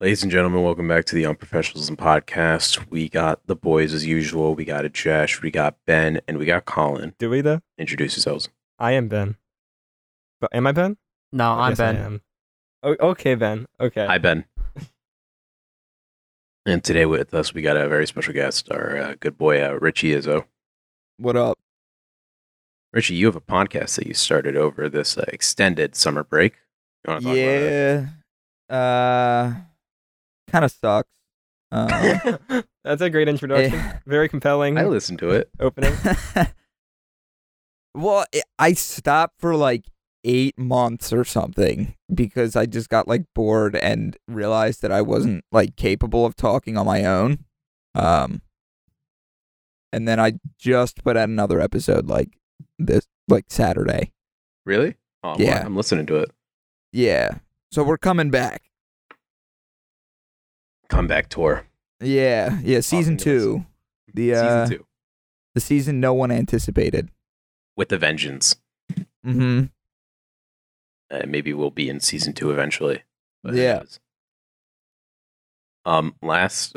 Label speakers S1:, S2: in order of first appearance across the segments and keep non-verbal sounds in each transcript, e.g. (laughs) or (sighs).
S1: Ladies and gentlemen, welcome back to the Unprofessionalism Podcast. We got the boys as usual. We got a Josh, we got Ben, and we got Colin.
S2: Do we though?
S1: Introduce yourselves.
S2: I am Ben. But am I Ben?
S3: No,
S2: I
S3: Uh, I'm
S2: guess I
S3: Ben.
S2: am. O- okay, Ben. Okay.
S1: Hi, Ben. and today with us, we got a very special guest, our uh, good boy, uh, Richie Izzo.
S4: What up?
S1: Richie, you have a podcast that you started over this uh, extended summer break. You wanna talk about that?
S4: Yeah. Uh, kind of sucks.
S1: (laughs)
S4: Um,
S2: (laughs) That's a great introduction.
S4: eh,
S2: Very compelling
S1: I listened to it.
S3: (laughs)
S2: opening.
S4: (laughs) well, i I stopped for like eight months or something because I just got like bored and realized that I wasn't like capable of talking on my own. Um, and then I just put out another episode like this, like Saturday.
S1: Really? Oh, I'm-
S4: Yeah.
S1: I'm listening to it.
S4: Yeah. So we're coming back.
S1: Comeback tour.
S4: Yeah. Yeah.
S1: Awesome,
S4: Season
S1: guys.
S4: two. The uh,
S1: Season two.
S4: the season no one anticipated.
S1: With a vengeance.
S4: Mm-hmm.
S1: uh, maybe we'll be in season two eventually. who
S4: Yeah.
S1: knows? Um, last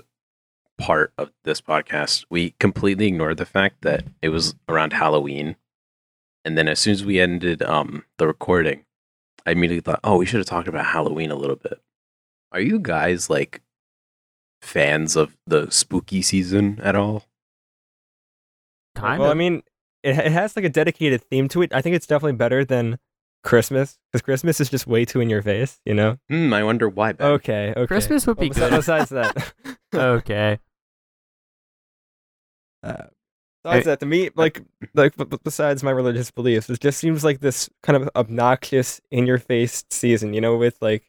S1: part of this podcast, we completely ignored the fact that it was around Halloween, and then as soon as we ended um the recording, I immediately thought, oh, we should have talked about Halloween a little bit. Are you guys like fans of the spooky season at all?
S3: Kind
S2: well,
S3: of.
S2: I mean, it, it has like a dedicated theme to it. I think it's definitely better than Christmas because Christmas is just way too in your face, you know?
S1: Hmm, I wonder why.
S3: Uh,
S1: Ben.
S2: Okay, okay.
S3: Christmas would be
S2: Well, besi-
S3: good.
S2: Besides that,
S3: (laughs) okay.
S4: Uh,
S2: besides that, to me, like, like b- b- besides my religious beliefs, it just seems like this kind of obnoxious, in-your-face season, you know, with like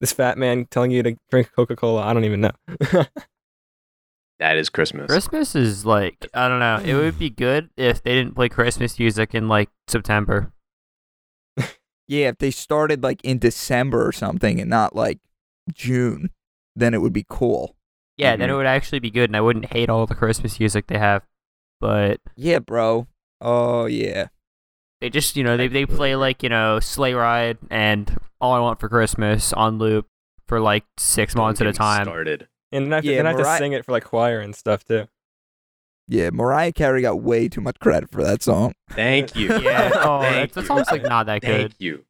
S2: this fat man telling you to drink Coca-Cola. I don't even know. (laughs)
S1: That is Christmas.
S3: Christmas is like I don't know. It
S1: (sighs)
S3: would be good if they didn't play Christmas music in like September.
S4: Yeah, if they started like in December or something and not like June, then it would be cool.
S3: Yeah, then
S1: Mhm.
S3: it would actually be good, and I wouldn't hate all the Christmas music they have. But
S4: Yeah, bro. Oh yeah.
S3: they just you know they they play like you know Sleigh Ride and All I Want for Christmas on loop for like six
S1: Don't
S3: months at
S1: get
S3: a
S1: me
S3: time.
S1: Started.
S2: And then I have, to,
S4: Yeah,
S2: then I have
S4: Mariah-
S2: to sing it for like choir and stuff too.
S4: Yeah, Mariah Carey got way too much credit for that song.
S1: Thank you. (laughs)
S3: (laughs) (laughs) Yeah,
S1: Thank
S3: oh, that's,
S1: you.
S3: that's almost like not that
S1: Thank
S3: good.
S1: you.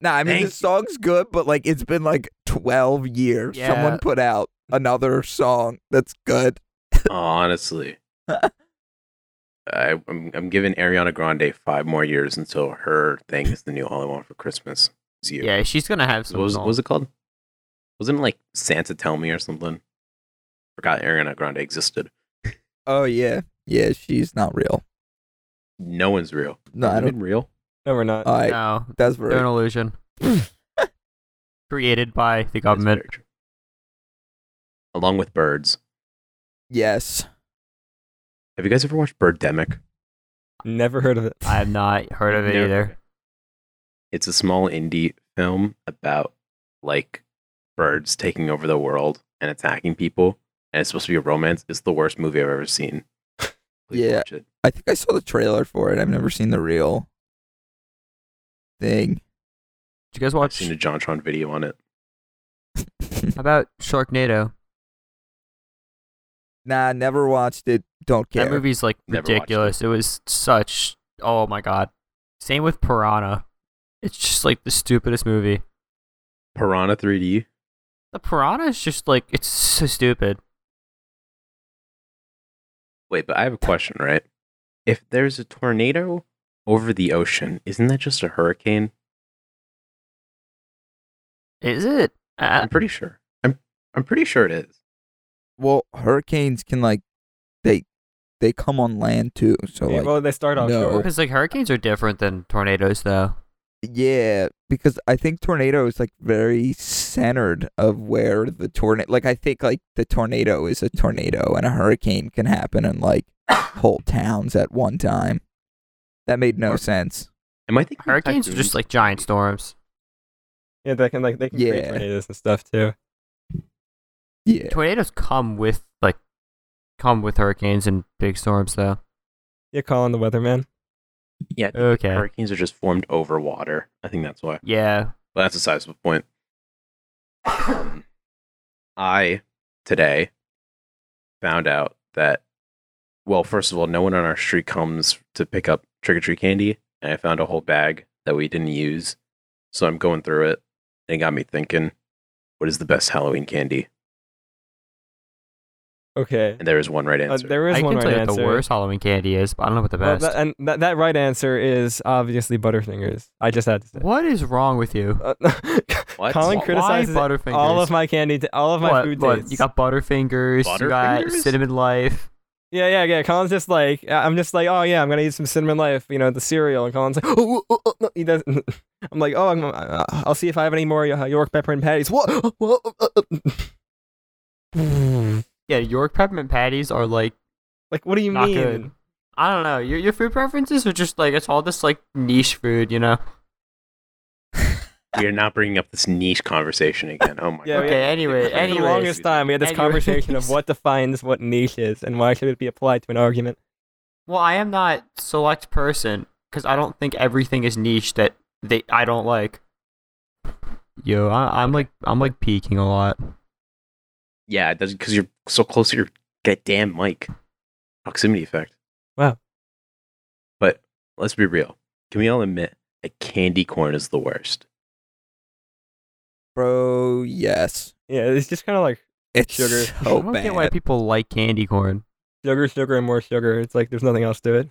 S4: Nah, I mean
S1: Thank
S4: the song's good, but like it's been like twelve years.
S3: Yeah.
S4: Someone put out another song that's good.
S1: Oh, honestly. I, I'm, I'm giving Ariana Grande five more years until her thing is the new All I Want for Christmas is You.
S3: Yeah, she's gonna have some.
S1: What was, what
S3: songs.
S1: was it called? Wasn't it like Santa Tell Me or something? Forgot Ariana Grande existed.
S4: Oh yeah. Yeah, she's not real.
S1: No one's real.
S4: No, I
S1: Women
S4: don't
S1: real.
S2: No, we're not.
S4: all right.
S3: No,
S1: (laughs)
S4: That's
S3: they're an
S4: very
S3: illusion created by the
S1: That's
S3: government.
S1: very true. Along with birds.
S4: yes.
S1: Have you guys ever watched Birdemic?
S2: Never heard of it.
S3: I have not heard of it
S1: No.
S3: either.
S1: It's a small indie film about like birds taking over the world and attacking people, and it's supposed to be a romance. It's the worst movie I've ever seen. Please
S4: Yeah.
S1: watch it.
S4: I think I saw the trailer for it. I've never seen the real thing.
S3: Did you guys
S1: I've
S3: watch
S1: seen a JonTron video on it.
S3: how about Sharknado?
S4: Nah, never watched it. Don't care.
S3: That movie's like
S1: Never watched it.
S3: ridiculous. It was such oh my god. Same with Piranha. It's just like the stupidest movie.
S1: Piranha 3D.
S3: The Piranha is just like it's so stupid.
S1: Wait, but I have a question, right? If there's a tornado over the ocean, isn't that just a hurricane?
S3: Is it? Uh,
S1: I'm pretty sure. I'm I'm pretty sure it is.
S4: well, hurricanes can like they they come on land too. So
S2: Yeah,
S4: like
S2: well, they start off
S4: no.
S2: short.
S3: because like hurricanes are different than tornadoes though.
S4: yeah, because I think tornado is like very centered of where the tornado like I think like the tornado is a tornado and a hurricane can happen
S3: (coughs)
S4: in like whole towns at one time. That made no
S1: Or-
S4: sense.
S1: Am I thinking of
S3: Hurricanes are
S1: typhoons?
S3: just like giant storms.
S2: Yeah, they can like they can create
S4: Yeah.
S2: tornadoes and stuff too.
S4: Yeah.
S3: Tornadoes come with like come with hurricanes and big storms though.
S2: Yeah, calling the weatherman.
S1: yeah. I think
S3: Okay.
S1: Hurricanes are just formed over water. I think that's why.
S3: Yeah.
S1: But that's a sizable point. Um, I today found out that, well, first of all, no one on our street comes to pick up trick or treat candy, and I found a whole bag that we didn't use. So I'm going through it, and it got me thinking, what is the best Halloween candy?
S2: Okay.
S1: And there is one right
S2: Uh,
S1: answer.
S2: there is
S3: I
S2: one
S3: can tell
S2: right
S3: you what
S2: answer.
S3: the worst Halloween candy is, but I don't know what the
S2: Well,
S3: best.
S2: that- and that, that right answer is obviously Butterfingers. I just had to say.
S3: what is wrong with you?
S2: Uh, (laughs)
S1: What?
S2: Colin
S1: Why
S2: criticizes
S3: Why Butterfingers?
S2: all of my candy, t- all of my
S3: What-
S2: food
S3: what,
S2: dates.
S3: You got Butterfingers. You got
S1: Butterfingers?
S3: Cinnamon Life.
S2: yeah, yeah, yeah. Colin's just like, I- I'm just like, oh yeah, I'm gonna eat some cinnamon life, you know, the cereal. And Colin's like, oh, oh, oh, no," he doesn't. (laughs) I'm like, oh, I'm, uh, I'll see if I have any more uh, York peppermint patties. What? (gasps) What? Uh, uh. (laughs)
S3: Yeah, York peppermint patties are like
S2: like, what do you
S3: not
S2: mean?
S3: good. I don't know. Your your food preferences are just like it's all this like niche food, you know.
S1: we are not bringing up this niche conversation again. Oh my
S2: Yeah,
S1: god.
S3: okay. Anyway,
S1: For the
S2: (laughs) For the
S3: anyways,
S2: longest time, we had this
S3: Anyways.
S2: conversation of
S3: (laughs)
S2: what defines what niche is and why should it be applied to an argument.
S3: Well, I am not select person because I don't think everything is niche that they I don't like. Yo, I, I'm like I'm like peeking a lot.
S1: Yeah, it doesn't because you're so close to your goddamn mic. Proximity effect.
S2: Wow.
S1: But let's be real. Can we all admit that candy corn is the worst?
S4: Bro, yes.
S2: Yeah, it's just kind of like
S4: It's
S2: Sugar.
S4: so
S3: I don't
S4: bad.
S3: get why people like candy corn.
S2: sugar, sugar, and more sugar. It's like there's nothing else to it.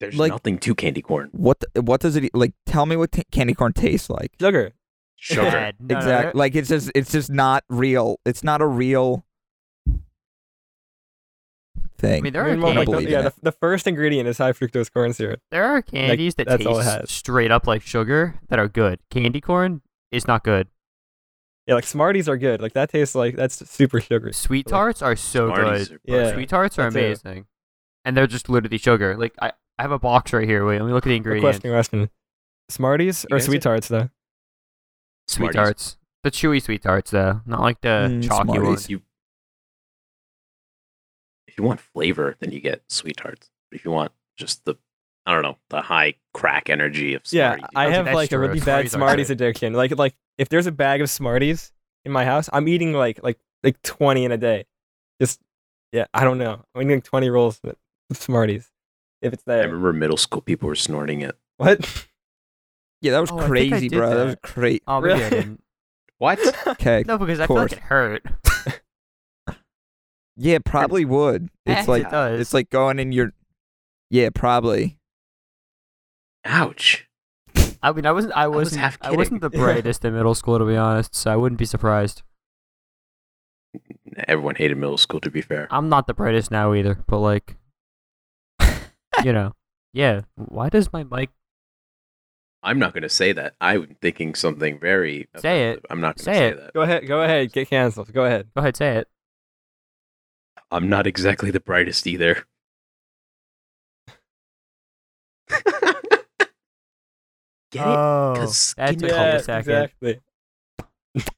S1: There's
S4: Like-
S1: nothing to candy corn.
S4: what the, what does it e, like tell me what t- candy corn tastes like?
S2: Sugar.
S1: Sugar.
S3: Bad. No, no,
S4: exactly.
S3: no.
S4: Like it's just it's just not real. It's not a real thing.
S3: I mean, there
S2: I
S3: are
S2: mean, well, like,
S4: I
S2: the,
S4: believe
S3: candies.
S2: yeah,
S4: in
S2: the, the first ingredient is high fructose corn syrup.
S3: There are candies that
S2: that's all it
S3: taste
S2: has.
S3: straight up like sugar that are good. Candy corn is not good.
S2: Yeah, like Smarties are good. Like that tastes like that's super sugary.
S3: Sweet
S2: Like,
S3: tarts are so
S1: Smarties
S3: good.
S1: are
S2: Yeah.
S1: perfect.
S3: Sweet tarts are
S2: That's it.
S3: amazing, and they're just literally sugar. Like I, I have a box right here. Wait, let me look at the ingredients.
S2: Question, question. Smarties
S1: You
S2: or
S1: guys
S2: sweet
S1: are-
S2: tarts though?
S3: Sweet
S1: Smarties.
S3: tarts, the chewy sweet tarts though, not like the
S4: Mm,
S3: chalky
S4: Smarties.
S3: ones.
S1: You, if you want flavor, then you get sweet tarts. But if you want just the, I don't know, the high crack energy of
S2: Yeah,
S1: Smarties,
S2: I
S3: Okay,
S2: have
S3: that's
S2: like a
S3: true.
S2: really bad
S3: Smarties are
S2: Smarties
S3: good.
S2: addiction. Like like if there's a bag of Smarties in my house, I'm eating like like like 20 in a day. Just yeah, I don't know. I'm eating 20 rolls of Smarties if it's
S1: I
S2: there.
S1: remember middle school people were snorting it. (laughs)
S2: What? (laughs)
S4: yeah, that was
S3: Oh, I think I
S4: crazy,
S3: did
S4: bro. That,
S3: that.
S4: was crazy.
S3: Oh, maybe I
S2: Really?
S3: didn't.
S2: (laughs)
S1: What?
S4: Okay.
S3: No, because I feel
S4: course.
S3: like it hurt.
S4: Yeah, probably would. It's
S3: Eh,
S4: like
S3: it does.
S4: it's like going in your Yeah, probably.
S1: Ouch.
S3: I mean, I wasn't. I
S1: was
S3: wasn't.
S1: half
S3: I wasn't the
S1: (laughs)
S2: kidding.
S3: brightest in middle school, to be honest. So I wouldn't be surprised.
S1: Everyone hated middle school, to be fair.
S3: I'm not the brightest now either,
S2: (laughs)
S3: but like, you know, yeah. Why does my mic
S1: I'm not going to say that. I'm thinking something very.
S3: Say it.
S1: offensive. I'm not going to
S3: Say
S1: say,
S3: it.
S1: that.
S2: go ahead, go ahead. Get canceled. Go ahead.
S3: Go ahead, say it.
S1: I'm not exactly the brightest
S3: (laughs)
S1: either. Get it?
S3: oh,
S1: 'Cause
S3: that
S1: skin
S3: took
S1: color.
S3: me
S2: Yeah,
S3: a second.
S2: exactly.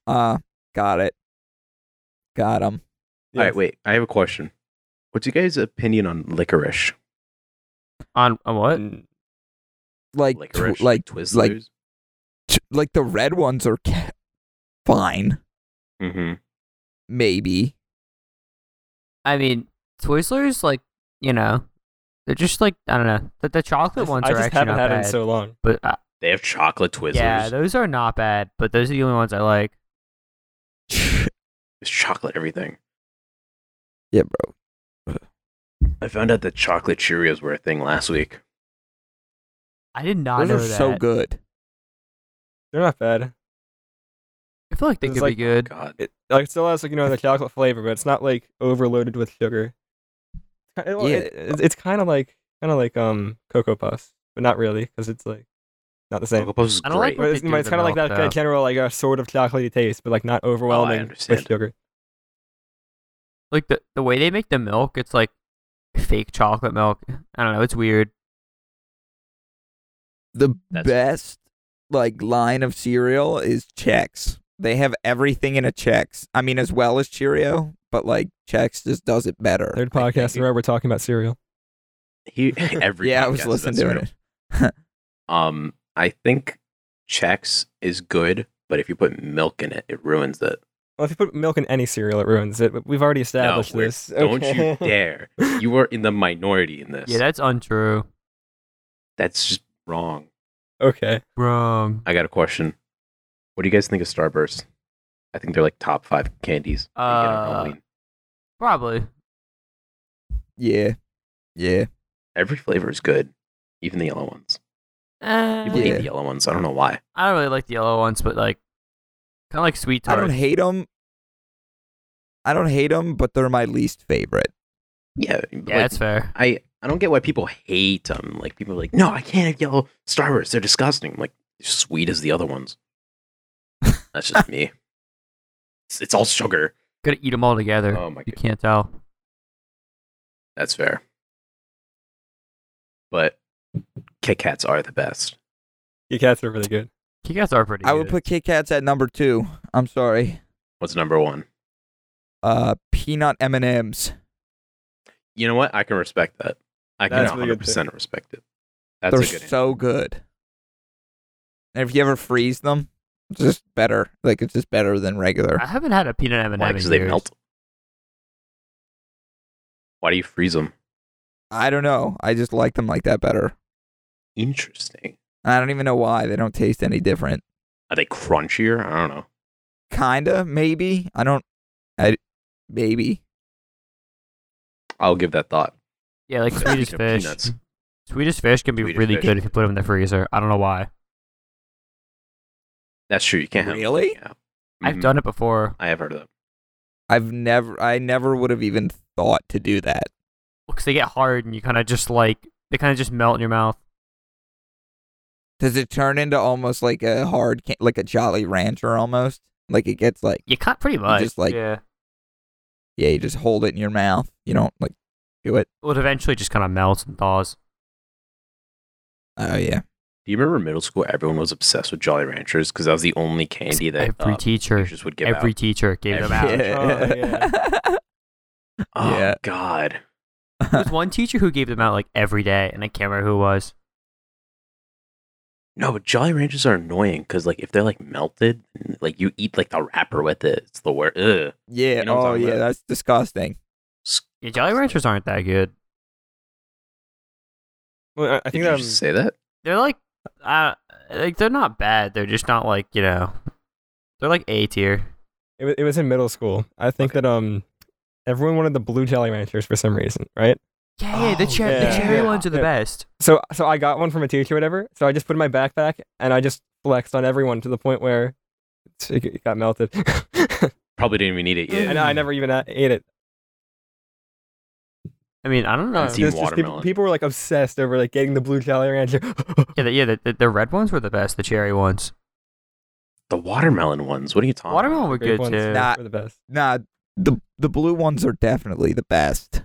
S4: Uh, got it. Got him.
S1: All
S2: Yes.
S1: right, wait. I have a question. What's you guys' opinion on licorice?
S3: On on what?
S4: Like, tw-
S1: Licorice,
S4: like,
S1: Twizzlers.
S4: like- t- like the red ones are ca- fine,
S1: mm-hmm.
S4: maybe.
S3: I mean, Twizzlers, like you know, they're just like I don't know. The, the
S2: I
S3: chocolate
S2: just-
S3: ones
S2: I
S3: are
S2: just
S3: actually
S2: haven't
S3: not
S2: had it in
S3: bad.
S2: so long.
S3: but uh,
S1: They have chocolate Twizzlers.
S3: yeah, those are not bad. But those are the only ones I like.
S1: There's chocolate everything.
S4: yeah, bro.
S1: I found out that chocolate Cheerios were a thing last week.
S3: I did not
S4: Those
S3: know
S4: are
S3: that.
S4: so good.
S2: They're not bad.
S3: I feel like they
S2: It's
S3: could
S2: like-
S3: be good.
S1: God.
S2: It like it still has like you know the chocolate flavor, but it's not like overloaded with sugar. It, well,
S4: Yeah.
S2: it, it's- it's kind of like kind of like um cocoa puffs, but not really because it's like not the same.
S1: Cocoa Puffs is
S3: I don't
S1: great.
S3: like
S2: But
S3: they
S2: it's,
S3: do
S2: but it's
S3: the
S2: kind of like that
S3: milk, though.
S2: general like a sort of chocolatey taste, but like not overwhelming with
S1: Oh, understand. (laughs)
S2: sugar.
S3: Like the the way they make the milk, it's like fake chocolate milk. I don't know. It's weird.
S4: The
S1: That's-
S4: best like line of cereal is Chex. They have everything in a Chex. I mean, as well as Cheerio, but like Chex just does it better.
S2: Third
S4: I think.
S2: podcast in a row, we're talking about cereal.
S1: He, (laughs) every
S4: Yeah, I was
S1: podcast,
S4: listening
S1: that's
S4: to
S1: real.
S4: it.
S1: Um, I think Chex is good, but if you put milk in it, it ruins it.
S2: Well, if you put milk in any cereal, it ruins it. But we've already
S1: No,
S2: established
S1: we're-
S2: this.
S1: don't
S2: Okay. (laughs)
S1: you dare. You are in the minority in this.
S3: Yeah, that's untrue.
S1: That's just wrong.
S2: okay.
S3: Wrong.
S1: I got a question. What do you guys think of Starburst? I think they're like top five candies. you get on
S3: Uh,
S1: Halloween.
S3: Probably.
S4: Yeah. Yeah.
S1: Every flavor is good, even the yellow ones. People
S3: Eh,
S1: hate
S4: Yeah.
S1: the yellow ones. I don't know why.
S3: I don't really like the yellow ones, but like, kind of like sweet
S4: I
S3: tarts.
S4: don't hate them. I don't hate them, but they're my least favorite.
S1: Yeah, but,
S3: Yeah,
S1: like,
S3: that's fair.
S1: I I don't get why people hate them. Like people are like, no, I can't have yellow Starburst. They're disgusting. I'm like "They're sweet as the other ones. That's just me. It's, it's all sugar.
S3: Gotta eat them all together.
S1: Oh my
S3: you
S1: god,
S3: can't tell.
S1: that's fair. But Kit Kats are the best.
S2: Your cats are really good.
S3: Kit Kats are pretty.
S4: I would
S3: good.
S4: put Kit Kats at number two. I'm sorry.
S1: What's number one?
S4: Uh, peanut M and M's.
S1: You know what? I can respect that. I can
S2: That's really
S1: hundred
S2: good too.
S1: percent respect it. That's
S4: They're
S1: a good. answer.
S4: so good. And if you ever freeze them, it's just better. Like it's just better than regular.
S3: I haven't had a peanut M and
S1: Why?
S3: m
S1: Because they melt. Why do you freeze them?
S4: I don't know. I just like them like that better.
S1: Interesting.
S4: I don't even know why. They don't taste any different.
S1: Are they crunchier? I don't know.
S4: Kinda, maybe. I don't. I maybe.
S1: I'll give that thought.
S3: Yeah,
S1: (laughs)
S3: like
S1: Speaking
S3: Swedish
S1: of
S3: fish.
S1: peanuts.
S3: Swedish fish can be
S1: Swedish
S3: really
S1: fish.
S3: good if you put them in the freezer. I don't know why.
S1: That's true. You can't have-
S4: Really?
S1: Yeah.
S3: I've
S1: Mhm.
S3: done it before.
S1: I have heard of that.
S4: I've never. I never would have even thought to do that.
S3: Because they get hard and you kind of just like they kind of just melt in your mouth.
S4: Does it turn into almost like a hard, ca- like a Jolly Rancher almost? Like it gets like,
S3: You can't pretty much.
S4: just, like-
S3: yeah.
S4: yeah, you just hold it in your mouth. You don't like do it.
S3: Well, it eventually just kind of melts and thaws.
S4: Oh yeah,
S1: Do you remember middle school? Everyone was obsessed with Jolly Ranchers because that was the only candy that
S3: every
S1: uh,
S3: teacher,
S1: teachers would give
S3: every
S1: out.
S3: teacher gave them out.
S1: Every-
S2: Oh, yeah.
S1: Oh
S4: yeah.
S1: God!
S3: There was one teacher who gave them out like every day, and I can't remember who it was.
S1: No, but Jolly Ranchers are annoying because like if they're like melted, like you eat like the wrapper with it. It's the worst. Ugh.
S4: (laughs) yeah.
S1: You know what I'm
S4: oh
S1: talking
S4: yeah,
S1: about.
S4: that's disgusting.
S3: Yeah, Jolly Ranchers aren't that good.
S2: Well, I- I
S1: Did
S2: think
S1: you
S2: that um,
S1: just say that?
S3: They're like, uh, like they're not bad. They're just not like you know, they're like A tier.
S2: It was, it was in middle school. I think that um, everyone wanted the blue Jolly Ranchers for some reason, right?
S3: Yeah, yeah, the
S1: Oh,
S3: cherry,
S2: yeah.
S3: the cherry
S1: Yeah.
S3: ones are the
S2: Yeah.
S3: best.
S2: So so I got one from a teacher, or whatever. So I just put it in my backpack and I just flexed on everyone to the point where it's- it it got melted, (laughs)
S1: Probably didn't even need it yet.
S2: and I never even a- ate it.
S3: I mean, I don't
S1: Team
S3: know.
S2: It's just people,
S1: watermelon.
S2: people were like obsessed over like getting the blue Jolly Rancher. (laughs)
S3: Yeah, the, yeah, the, the, the red ones were the best. The cherry ones.
S1: The watermelon ones. What are you talking?
S3: Watermelon
S1: About?
S3: were
S2: Grape
S3: good
S2: ones
S3: too.
S4: Nah.
S2: were the best.
S4: Nah, the the blue ones are definitely the best.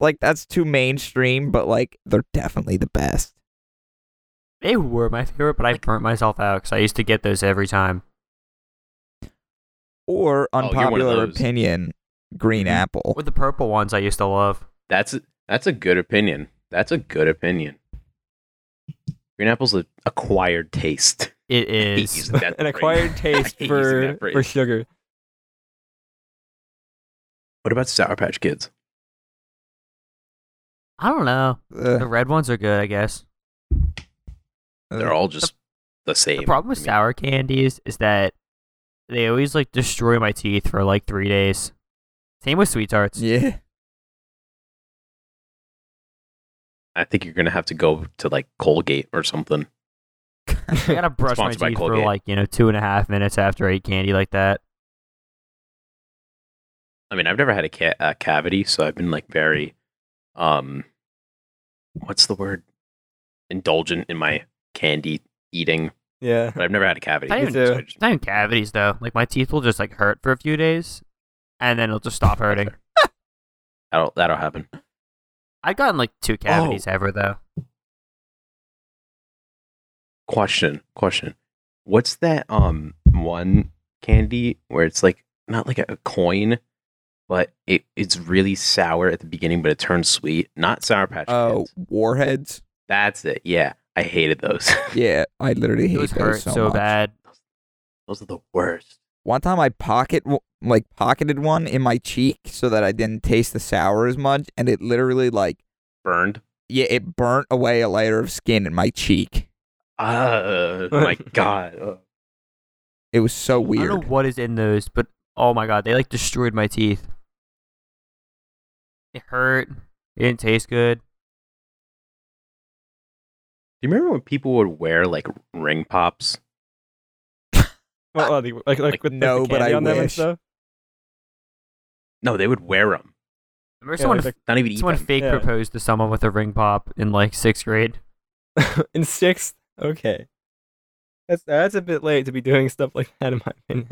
S4: Like that's too mainstream, but like they're definitely the best.
S3: They were my favorite, but I burnt myself out because I used to get those every time.
S4: Or
S1: you're one of
S4: unpopular
S1: those.
S4: opinion, green
S1: Mhm.
S4: apple.
S3: With the purple ones, I used to love.
S1: That's that's a good opinion. That's a good opinion. Green apple's an acquired taste.
S3: It
S1: I hate
S3: is. (laughs)
S1: using that
S2: An
S1: phrase.
S2: acquired taste
S1: (laughs) I hate using
S2: for
S1: that phrase.
S2: for sugar.
S1: What about Sour Patch Kids?
S3: I don't know. The
S4: Ugh,
S3: red ones are good, I guess.
S1: They're all just the same.
S3: The problem with
S1: I mean,
S3: sour candies is that they always like destroy my teeth for like three days. Same with sweet tarts.
S4: (laughs) yeah.
S1: I think you're gonna have to go to like Colgate or something.
S3: I
S1: (laughs)
S3: gotta brush my
S1: Sponsored by
S3: teeth for
S1: Colgate.
S3: like you know two and a half minutes after I eat candy like that.
S1: I mean, I've never had a, ca- a cavity, so I've been like very, um, what's the word? Indulgent in my candy eating,
S2: Yeah.
S1: but I've never had a cavity.
S3: I
S2: Me
S3: even,
S2: too.
S1: so I just-
S3: it's not even cavities though. Like my teeth will just like hurt for a few days, and then it'll just stop hurting.
S1: that'll that'll happen.
S3: I've gotten like two cavities ever though.
S1: Question, question. What's that um one candy where it's like not like a, a coin, but it it's really sour at the beginning, but it turns sweet. Not sour patch.
S4: Oh,
S1: Kids.
S4: warheads.
S1: that's it. Yeah, I hated those. (laughs)
S4: Yeah, I literally hate
S3: It was
S4: those
S3: hurt
S4: so,
S3: so
S4: much.
S3: bad.
S1: those are the worst.
S4: One time I pocket like pocketed one in my cheek so that I didn't taste the sour as much, and it literally like
S1: Burned.
S4: yeah, it burnt away a layer of skin in my cheek.
S1: Oh (laughs) my god. Ugh.
S4: It was
S3: I
S4: so
S3: don't
S4: weird.
S3: know what is in those, but oh my god, they like destroyed my teeth. It hurt. It didn't taste good.
S1: Do you remember when people would wear like ring pops?
S2: Well, uh, the- like, like,
S1: Like,
S2: with like,
S4: no,
S2: the
S4: but
S2: candy
S4: I
S2: on them and
S4: wish.
S2: stuff. (laughs)
S1: No, they would wear them.
S3: Remember
S2: Yeah,
S3: someone
S2: like-
S1: Not even eat
S3: someone
S1: them.
S3: fake
S2: Yeah.
S3: proposed to someone with a ring pop in like sixth grade.
S2: in sixth, okay, that's that's a bit late to be doing stuff like that, in my opinion.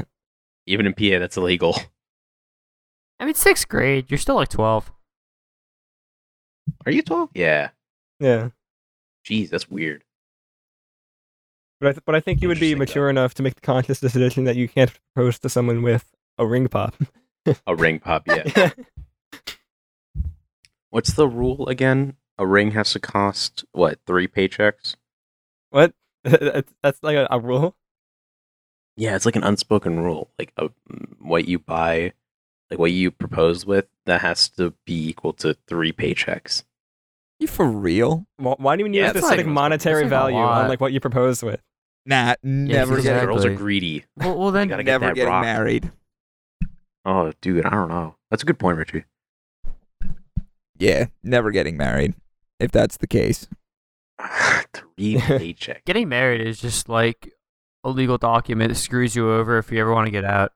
S1: even in PA, that's illegal.
S3: I mean, sixth grade, you're still like twelve.
S1: Are you 12? Yeah.
S2: Yeah,
S1: Jeez, that's weird.
S2: but I th- but I think you would be
S1: Interesting,
S2: mature enough to make the conscious decision that you can't propose to someone with a ring pop. (laughs)
S1: A ring pop, yeah. (laughs) What's the rule again? A ring has to cost, what, three paychecks?
S2: what? (laughs) That's that's like a, a rule.
S1: Yeah, it's like an unspoken rule. Like a, what you buy, like what you propose with, that has to be equal to three paychecks.
S4: you for real?
S2: Why, why do you need
S1: Yeah,
S2: a
S1: that's
S2: specific
S1: like-
S2: monetary
S3: that's like a
S2: value on
S3: lot.
S2: like what you proposed with?
S4: Nah, never
S1: Because
S3: exactly.
S4: get,
S1: girls are greedy.
S3: Well, well then
S1: gotta get
S4: never
S1: that
S4: getting
S1: rock.
S4: married.
S1: Oh, dude, I don't know. That's a good point, Richie.
S4: Yeah, never getting married. If that's the case,
S1: (laughs) (laughs) three paychecks.
S3: getting married is just like a legal document that screws you over if you ever want to get out.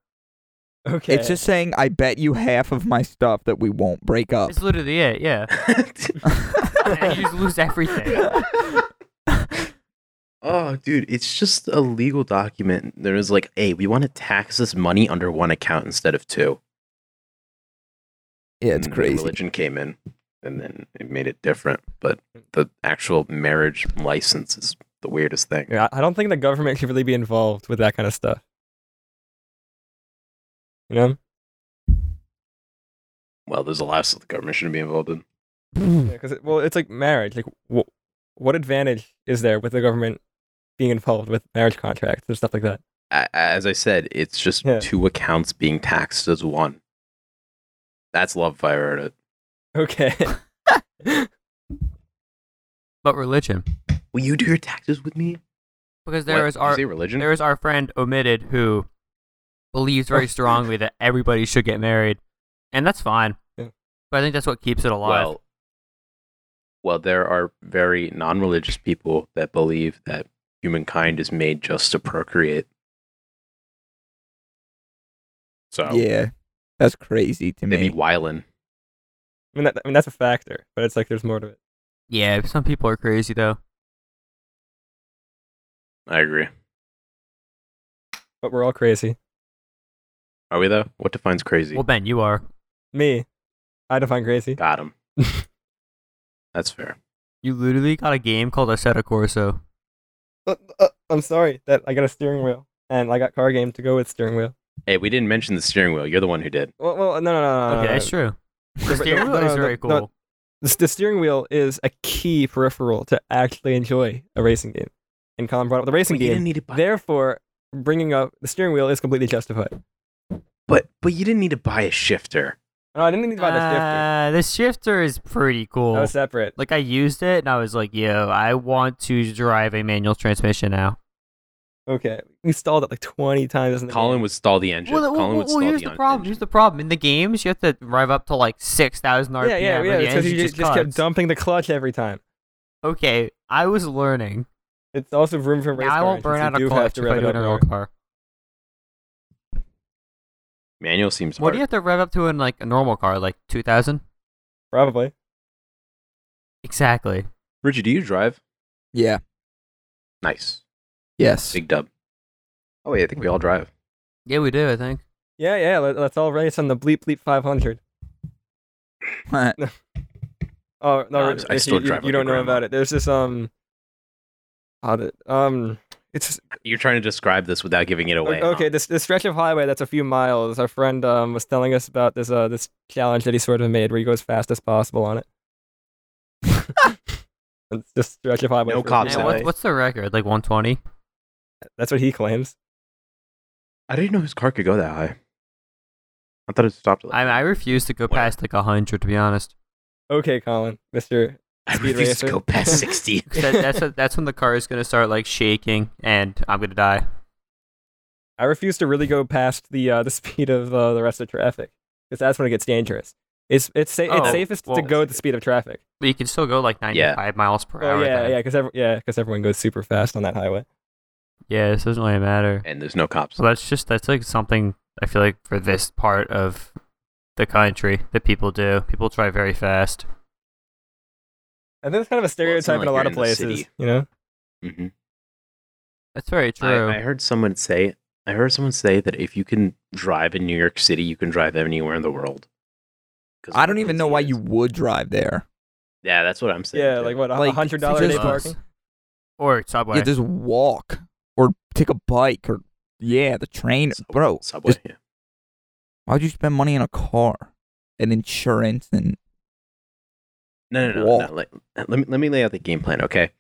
S2: Okay, (laughs)
S4: it's just saying I bet you half of my stuff that we won't break up.
S3: It's literally it, yeah. And you just lose everything.
S1: oh, dude, it's just a legal document. There is like, hey, we want to tax this money under one account instead of two.
S4: yeah, it's
S1: and then
S4: crazy.
S1: Religion came in, and then it made it different. But the actual marriage license is the weirdest thing.
S2: (laughs) Yeah, I I don't think the government should really be involved with that kind of stuff. You know?
S1: Well, there's a lot of stuff the government shouldn't be involved in.
S3: Hmm.
S2: Yeah, 'cause it, well, it's like marriage. Like, wh- what advantage is there with the government being involved with marriage contracts and stuff like that?
S1: A- As I said, it's just
S2: Yeah.
S1: two accounts being taxed as one. That's love fire at it.
S2: Okay.
S3: But religion,
S1: Will you do your taxes with me?
S3: because there is
S1: What? Did you
S3: our
S1: say religion.
S3: there is our friend omitted who
S2: (laughs)
S3: believes very strongly that everybody should get married, and that's fine.
S2: Yeah.
S3: But I think that's what keeps it alive.
S1: Well, well, there are very non-religious people that believe that humankind is made just to procreate. So
S4: Yeah, that's crazy to
S1: maybe
S4: me.
S1: Wylan.
S2: I mean, that, I mean, that's a factor, but it's like there's more to it.
S3: yeah, some people are crazy though.
S1: I agree.
S2: But we're all crazy.
S1: Are we though? What defines crazy?
S3: Well, Ben, you are.
S2: Me, I define crazy.
S1: Got
S3: (laughs)
S1: him. That's fair.
S3: You literally got a game called Assetto Corso.
S2: Uh, uh, I'm sorry that I got a steering wheel and I got car game to go with steering wheel.
S1: Hey, we didn't mention the steering wheel. You're the one who did.
S2: Well, well no, no, no, no. no,
S3: okay,
S2: no. (laughs)
S3: that's true. The steering
S2: Uh, no,
S3: wheel
S2: no,
S3: is
S2: no,
S3: very
S2: no.
S3: cool.
S2: the, the steering wheel is a key peripheral to actually enjoy a racing game. And Colin brought up the racing
S1: But you
S2: game.
S1: didn't need to buy.
S2: Therefore, bringing up the steering wheel is completely justified.
S1: But but you didn't need to buy a shifter.
S2: No, I didn't need to buy the shifter.
S3: Uh, the shifter is pretty cool.
S2: That was separate.
S3: Like I used it and I was like, yo, I want to drive a manual transmission now.
S2: Okay, we stalled it like twenty times. In the
S1: Colin
S2: game.
S1: would stall the engine.
S3: Well, well,
S1: Colin
S3: well,
S1: would stall
S3: here's
S1: the,
S3: the
S1: un-
S3: problem.
S1: engine.
S3: Here's the problem. In the games, you have to rev up to like six thousand RPM.
S2: yeah, yeah,
S3: and
S2: yeah.
S3: the
S2: It's because
S3: engine
S2: you just,
S3: just
S2: kept
S3: cuts.
S2: dumping the clutch every time.
S3: Okay, I was learning.
S2: It's also room for race
S3: Now I
S2: car
S3: won't burn
S2: engines.
S3: out
S2: You
S3: a
S2: do have
S3: clutch
S2: to
S3: if
S2: rev
S3: I
S2: it
S3: do
S2: up
S3: an old
S2: more.
S3: car.
S1: manual seems
S3: What
S1: hard.
S3: do you have to rev up to in like a normal car? Like two thousand?
S2: Probably.
S3: Exactly.
S1: Richie, do you drive?
S4: yeah.
S1: Nice,
S4: Yes. (laughs)
S1: big dub. Oh wait, I think we all drive.
S3: Yeah, we do. I think.
S2: Yeah, yeah. Let, let's all race on the bleep bleep 500. Oh
S1: No,
S2: no,
S1: I-
S2: Rich,
S1: I
S2: Rich,
S1: still
S2: you, you-
S1: drive
S2: you
S1: like a
S2: don't know
S1: grandma.
S2: about it. There's this um. How did um? It's
S1: You're trying to describe this without giving it away.
S2: Okay,
S1: huh?
S2: this this stretch of highway that's a few miles. Our friend um, was telling us about this uh, this challenge that he sort of made, where he goes fast as possible
S3: (laughs)
S2: on it. it's just stretch of highway.
S1: No
S2: for a few
S1: cops that
S2: miles.
S3: Man,
S1: way.
S3: what's, what's the record? Like one twenty?
S2: That's what he claims.
S1: I didn't know his car could go that high. I thought it stopped. Like,
S3: I I refuse to go
S1: Whatever.
S3: past like hundred to
S2: (laughs)
S3: be honest.
S2: Okay, Colin, Mister.
S1: I
S2: Speed
S1: refuse to
S2: racer.
S1: go (laughs) past sixty.
S3: 'Cause That, that's that's when the car is gonna start like shaking and I'm gonna die.
S2: I refuse to really go past the uh, the (laughs) speed of uh, the rest of traffic because that's when it gets dangerous. It's it's sa- it's
S3: Oh,
S2: safest to
S3: well-
S2: go at the speed of traffic.
S3: But you can still go like ninety five miles per
S2: Oh
S3: hour.
S2: yeah,
S3: then.
S2: yeah, because ev- yeah, because everyone goes super fast on that highway.
S3: Yeah, this doesn't really matter.
S1: and there's no cops.
S3: So that's just that's like something I feel like for this part of the country that people do. People try very fast.
S2: I think it's kind of a
S1: it's not
S2: stereotype in a
S1: like you're
S2: lot of
S1: in the
S2: places.
S1: city.
S2: You know,
S1: hmm
S3: That's very true.
S1: I, I heard someone say. I heard someone say that if you can drive in New York City, you can drive anywhere in the world. 'Cause
S4: I
S1: of
S4: don't
S1: how
S4: even know
S1: crazy
S4: why
S1: it
S4: you
S1: is.
S4: would drive there.
S1: Yeah, that's what I'm saying.
S2: yeah,
S1: too.
S2: like what a
S4: Like,
S2: hundred dollar a
S4: just-
S2: day
S3: Uh,
S2: parking.
S3: or subway.
S4: Yeah, just walk or take a bike or yeah, the train,
S1: Subway-
S4: bro.
S1: Subway.
S4: just-
S1: yeah.
S4: why'd you spend money on a car and insurance and
S1: No, no, no.
S4: Whoa.
S1: no. Like, let me let me lay out the game plan. Okay,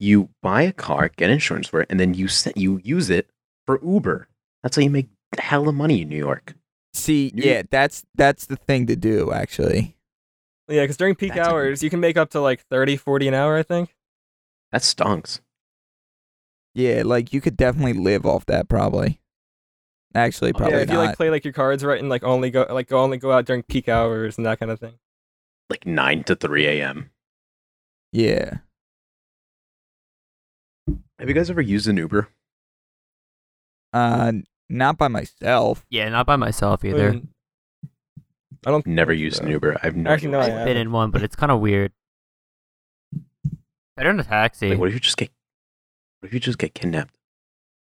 S1: you buy a car, get insurance for it, and then you set, you use it for Uber. That's how you make hella money in New York.
S4: see?
S1: You-
S4: yeah, that's that's the thing to do actually.
S2: Yeah, because during peak
S1: That's a-
S2: hours, you can make up to like 30, 40 an hour, I think.
S1: That stonks.
S4: Yeah, like you could definitely live off that probably. Actually,
S1: Yeah,
S4: probably
S2: yeah, if
S4: not.
S2: you like play like your cards right and like only go like go only go out during peak hours and that kind of thing.
S1: Like nine to three a.m.
S4: yeah,
S1: Have you guys ever used an Uber?
S4: uh, not by myself.
S3: yeah, not by
S4: Oh,
S3: myself either.
S2: Mm. I don't
S1: Never used an
S2: Yeah.
S1: Uber. I've never.
S2: Actually, no, I
S3: I've been
S2: haven't.
S3: in one, but it's kind of weird. Better than a taxi.
S1: Like, what if you just get? What if you just get kidnapped?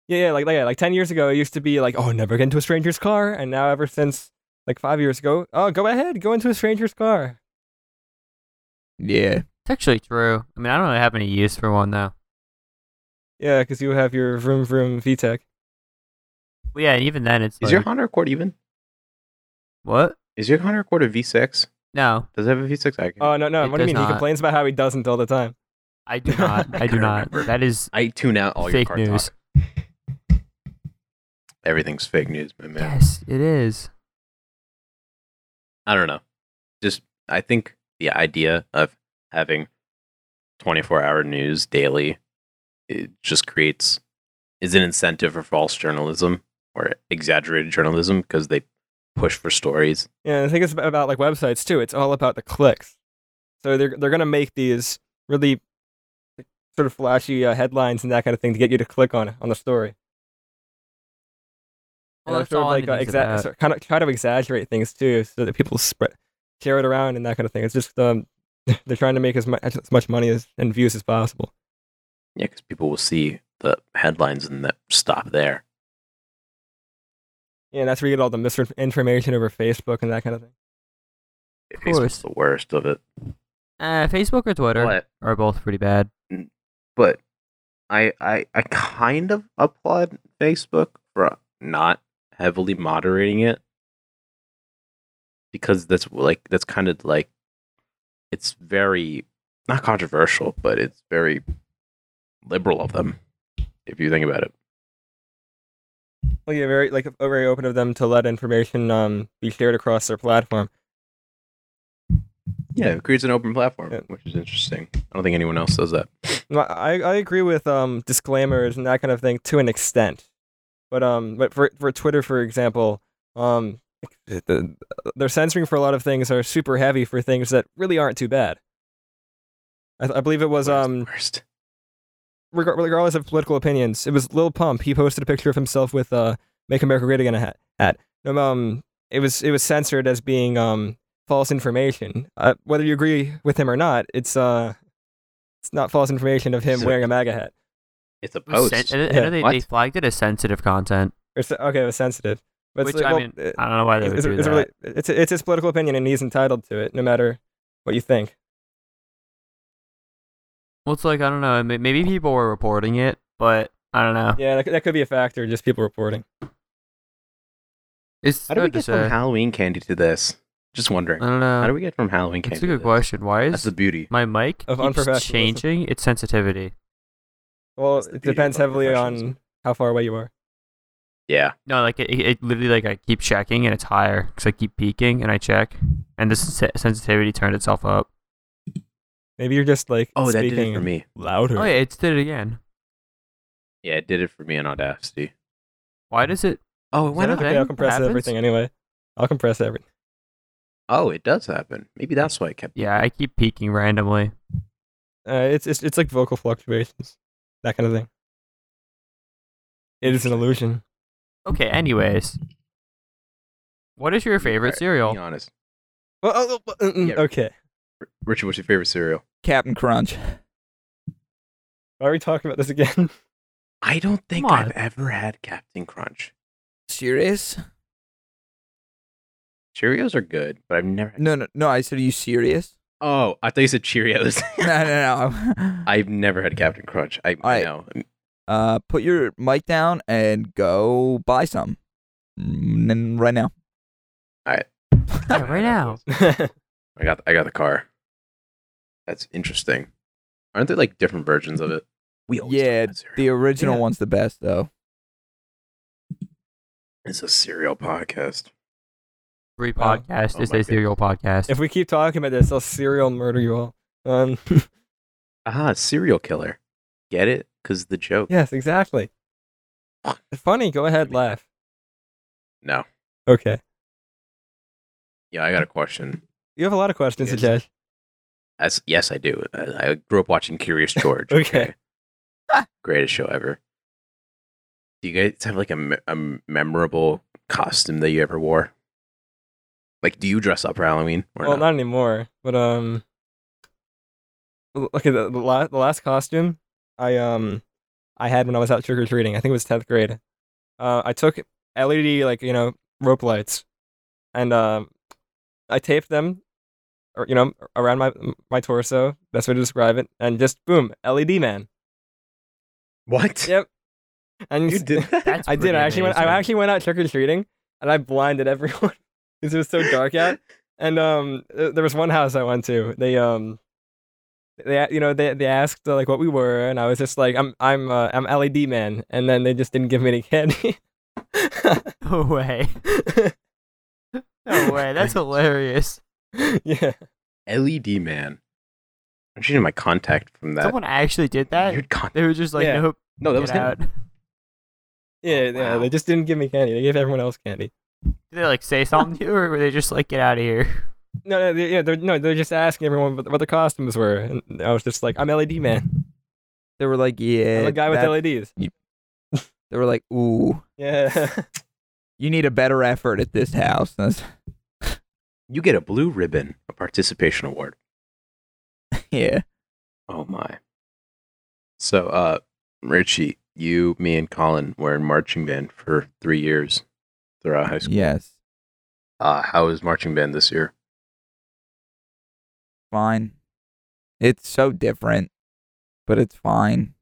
S2: Yeah, yeah, like like- yeah, like ten years ago, it used to be like, oh, never get into a stranger's car, and now ever since like five years ago, oh, go ahead, go into a stranger's car.
S4: Yeah,
S3: it's actually true. I mean, I don't really have any use for one though.
S2: Yeah, because you have your vroom vroom VTEC.
S3: Well, yeah, and even then, it's
S1: Is
S3: like,
S1: your Honda Accord even?
S3: what?
S1: Is your Honda Accord a V6?
S3: No,
S1: Does it have a V6? I can-
S2: Oh no no,
S3: It
S2: what do you
S3: does
S2: mean?
S3: not.
S2: He complains about how he doesn't all the time.
S3: I do
S1: (laughs)
S3: not. I do
S1: can't
S3: not.
S1: remember.
S3: That is
S1: I tune out all your
S3: Fake
S1: car
S3: news.
S1: talk. Everything's fake news, my man.
S3: yes, it is.
S1: I don't know. Just I think the idea of having 24-hour news daily it just creates is an incentive for false journalism or exaggerated journalism because they push for stories.
S2: Yeah, and I think it's ab- about like websites too. It's all about the clicks. So they're they're gonna make these really like, sort of flashy uh, headlines and that kind of thing to get you to click on on the story. And
S3: Well,
S2: I'm
S3: that's all
S4: uh,
S2: like
S3: anything's
S2: exa-
S3: about.
S2: sort of- kind of try to exaggerate things too, so that people spread share it around and that kind of thing. It's just um, (laughs) they're trying to make as much as much money as, and views as possible.
S1: Yeah, because people will see the headlines and that stop there.
S2: Yeah, and that's where you get all the misinformation over Facebook and that kind of thing.
S1: Of
S3: course.
S1: the worst of it.
S3: Uh, Facebook or Twitter
S1: But
S3: are both pretty bad.
S1: but I I I kind of applaud Facebook for not heavily moderating it because that's like that's kind of like it's very not controversial, but it's very liberal of them if you think about it.
S2: Well, yeah, very like o- very open of them to let information um be shared across their platform.
S1: Yeah, it creates an open platform,
S2: Yeah.
S1: which is interesting. I don't think anyone else does that.
S2: No, I I agree with um disclaimers and that kind of thing to an extent, but um but for for Twitter for example um the, their censoring for a lot of things are super heavy for things that really aren't too bad. I, I believe it was
S1: Where's the
S2: um
S1: worst?
S2: reg- regardless of political opinions, it was Lil Pump. He posted a picture of himself with uh "Make America Great Again" hat. hat. Um, um, it was it was censored as being um false information. Uh, whether you agree with him or not, it's uh it's not false information of him
S1: So-
S2: wearing a MAGA hat.
S1: It's a
S3: It was
S1: post.
S3: sen- and- and
S2: Yeah.
S3: they,
S1: What?
S3: they flagged it as sensitive content,
S2: It's okay, it was sensitive. But
S3: which
S2: it's,
S3: I
S2: well,
S3: mean,
S2: it-
S3: I don't know why they would
S2: it's,
S3: do
S2: it's,
S3: that.
S2: really, it's it's his political opinion, and he's entitled to it, no matter what you think.
S3: Well, it's like I don't know. may- Maybe people were reporting it, but I don't know.
S2: Yeah, that, could- that could be a factor. Just people reporting.
S3: It's
S1: How do we
S3: hard to
S1: get from
S3: say.
S1: Halloween candy to this? Just wondering.
S3: I don't know.
S1: How do we get from Halloween candy?
S3: It's a
S1: to
S3: good
S1: this?
S3: question. Why
S1: That's
S3: is
S1: the beauty.
S3: my mic
S2: Of
S3: keeps
S2: unprofessionalism.
S3: changing its sensitivity?
S2: Well,
S1: That's the
S2: it
S1: beauty
S2: depends
S1: about
S2: heavily
S1: professionalism.
S2: on how far away you are.
S1: Yeah.
S3: No, like it, it literally like I keep checking and it's higher because I keep peeking and I check and the sen- sensitivity turned itself up.
S2: Maybe you're just like
S1: Oh, that
S2: speaking
S1: did it for me.
S2: louder.
S3: Oh yeah, it did it again.
S1: Yeah, it did it for me in Audacity.
S3: Why does it?
S1: Oh, it
S3: went
S1: went
S3: up.
S1: up.
S2: Okay, I'll compress
S3: Happens?
S2: everything anyway. I'll compress everything.
S1: Oh, it does happen. Maybe that's why it kept.
S3: Yeah, I keep peeking randomly.
S2: Uh, it's it's it's like vocal fluctuations, that kind of thing. It is an illusion.
S3: Okay. Anyways, what is your favorite
S1: Alright,
S3: cereal?
S1: Be honest.
S2: Well, oh, oh, mm, mm,
S1: Yeah.
S2: Okay,
S1: R- Richard, what's your favorite cereal?
S4: Captain Crunch.
S2: why are we talking about this again? (laughs)
S1: I don't think
S3: Come on.
S1: I've ever had Captain Crunch.
S4: Serious?
S1: Cheerios are good, but I've never.
S4: No, no, no. I said, are
S2: (laughs)
S4: you serious?
S1: Oh, I thought you said Cheerios. (laughs)
S4: no, no, no.
S1: I've never had Captain Crunch. I, I
S4: Alright.
S1: know.
S4: (laughs) uh, put your mic down and go buy some Mm, and right now.
S3: Yeah, right now.
S1: I got I got the car. That's interesting. Aren't there like different versions of it? We always talk
S4: Yeah,
S1: about cereal.
S4: The original
S1: Yeah.
S4: one's the best though.
S1: it's a cereal podcast.
S3: Every
S2: Oh.
S3: podcast
S1: Oh
S3: is
S1: my
S3: a cereal podcast.
S2: if we keep talking about this, I'll serial murder you all. Um,
S1: Ah, serial killer. Get it? Cause the joke.
S2: yes, exactly. Funny. Go ahead, laugh.
S1: No.
S2: Okay,
S1: Yeah, I got a question.
S2: you have a lot of questions,
S1: Yes.
S2: Ajay.
S1: As yes, I do. I, I grew up watching Curious George.
S2: Okay.
S1: Greatest show ever. Do you guys have like a, me- a memorable costume that you ever wore? Like, do you dress up for Halloween or
S2: Well,
S1: not?
S2: not anymore. But um, l- okay. The, the last the last costume I um I had when I was out trick or treating. I think it was tenth grade. Uh, I took LED like you know rope lights, and um, I taped them, or you know around my my torso. Best way to describe it. And just boom, LED man.
S1: What? (laughs)
S2: Yep. And
S1: You
S2: s- (laughs)
S1: did that?
S3: That's
S2: I did.
S3: pretty
S2: I actually went. I
S3: amazing.
S2: actually went out trick or treating, and I blinded everyone (laughs) because it was so dark out. And um, th- there was one house I went to. They um, they a- you know they they asked uh, like what we were, and I was just like I'm I'm uh, I'm LED man, and then they just didn't give me any candy. (laughs)
S1: (laughs)
S3: No way. no way. That's hilarious.
S2: yeah,
S1: LED E man. I'm shooting my contact from that.
S3: Someone actually did that.
S1: weird con-
S3: They were just like,
S2: Yeah.
S3: nope.
S1: no, that
S3: get
S1: was him.
S3: out. (laughs)
S2: yeah, yeah.
S1: Oh, wow.
S2: They just didn't give me candy. They gave everyone else candy.
S3: Did they like say something to you, or were they just like, get out of here?
S2: No, no, they, yeah, they're, no. They're just asking everyone what, what the costumes were, and I was just like, I'm LED man.
S4: They were like, yeah,
S2: I'm a guy with
S4: that-
S2: LEDs.
S4: They were like, ooh,
S2: Yeah. (laughs)
S4: you need a better effort at this house. (laughs) That's-
S1: You get a blue ribbon, a participation award.
S4: yeah.
S1: Oh my. So, uh, Richie, you, me, and Colin were in marching band for three years throughout high school.
S4: Yes.
S1: Uh, how was marching band this year?
S4: Fine. It's so different, but it's fine.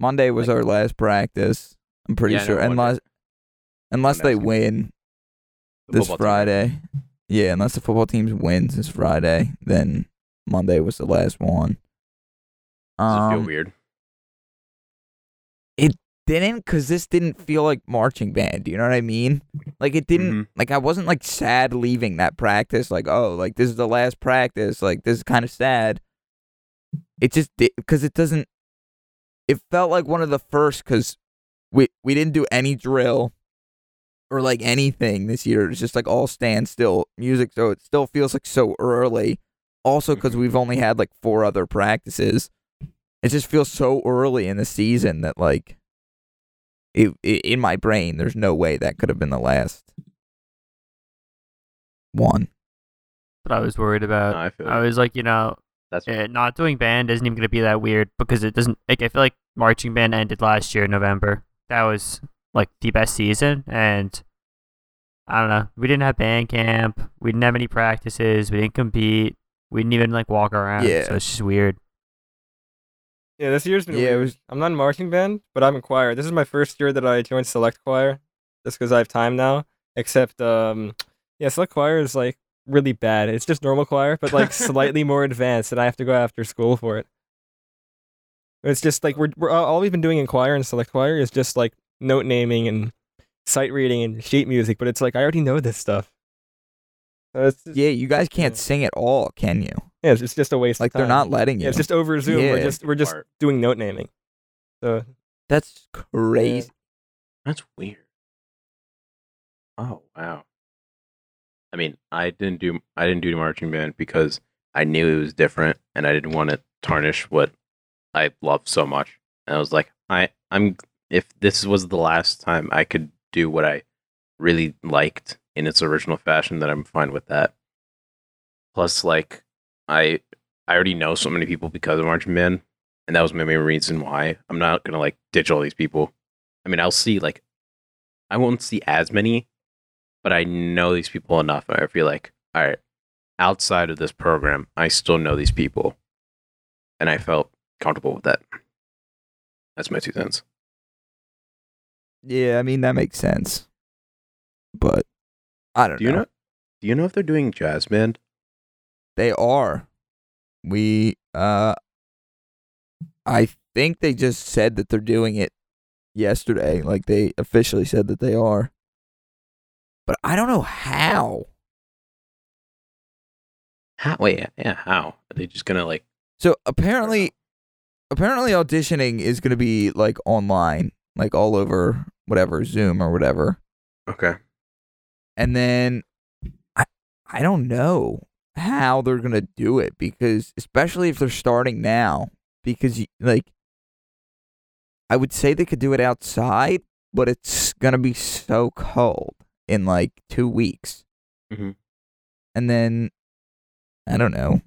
S4: Monday was
S1: Like-
S4: our last practice. I'm pretty
S1: Yeah, I know,
S4: sure,
S1: I wondered.
S4: unless
S1: Unless
S4: unless they
S1: you-
S4: win
S1: The
S4: this
S1: football team.
S4: Friday. Yeah, unless the football team wins this Friday, then Monday was the last one.
S1: Does it
S4: Um,
S1: feel weird?
S4: didn't because this didn't feel like marching band. Do you know what I mean? Like it didn't.
S1: Mhm.
S4: Like I wasn't like sad leaving that practice. Like oh, like this is the last practice. Like this is kind of sad. It just because it doesn't. It felt like one of the first because we we didn't do any drill or like anything this year. It's just like all standstill music, so it still feels like so early. Also, because
S1: Mhm.
S4: we've only had like four other practices, it just feels so early in the season that like, it, it in my brain, there's no way that could have been the last one.
S3: But I was worried
S1: No,
S2: uh,
S3: about.
S1: I feel
S3: I
S1: you.
S3: was like, you know,
S1: that's
S3: eh, not doing band isn't even gonna be that weird because it doesn't. Like, I feel like marching band ended last year in November. That was like the best season, and I don't know. We didn't have band camp. We didn't have any practices. We didn't compete. We didn't even like walk around.
S4: Yeah.
S3: So it's just weird.
S2: Yeah, this year's been
S4: Yeah, it
S2: weird.
S4: was-
S2: I'm not in marching band, but I'm in choir. This is my first year that I joined select choir, just because I have time now. Except, um, yeah, select choir is like really bad. It's just normal choir, but
S4: (laughs)
S2: like slightly more advanced, and I have to go after school for it. It's just like we're, we're all we've been doing in choir and select choir is just like note naming and sight reading and sheet music, but it's like I already know this stuff. So it's just, yeah.
S4: Yeah, you guys can't
S2: Yeah.
S4: sing at all, can you?
S2: it's it's just a waste.
S4: Like
S2: of time.
S4: they're not letting you.
S2: Yeah, it's just over Zoom. We're
S4: Yeah.
S2: just we're just
S1: Part.
S2: doing note naming. So
S4: That's crazy.
S1: That's weird. Oh wow. I mean, I didn't do I didn't do the marching band because I knew it was different, and I didn't want to tarnish what I love so much. And I was like, I I'm if this was the last time I could do what I really liked in its original fashion, then I'm fine with that. Plus, like I I already know so many people because of marching band, and that was my main reason why I'm not gonna like ditch all these people. I mean, I'll see like I won't see as many, but I know these people enough. I feel like, all right, outside of this program, I still know these people, and I felt comfortable with that. That's my two cents.
S4: Yeah, I mean that makes sense. But I don't
S1: Do you know? Do you know if they're doing jazz band?
S4: They are. We uh I think they just said that they're doing it yesterday. Like they officially said that they are. But I don't know how.
S1: How? Wait, yeah. How are they just gonna like?
S4: So apparently apparently auditioning is going to be like online, like all over whatever Zoom or whatever.
S1: Okay.
S4: And then I I don't know how they're going to do it because especially if they're starting now because you- like I would say they could do it outside, but it's going to be so cold in like 2 weeks.
S1: Mhm.
S4: And then I don't know.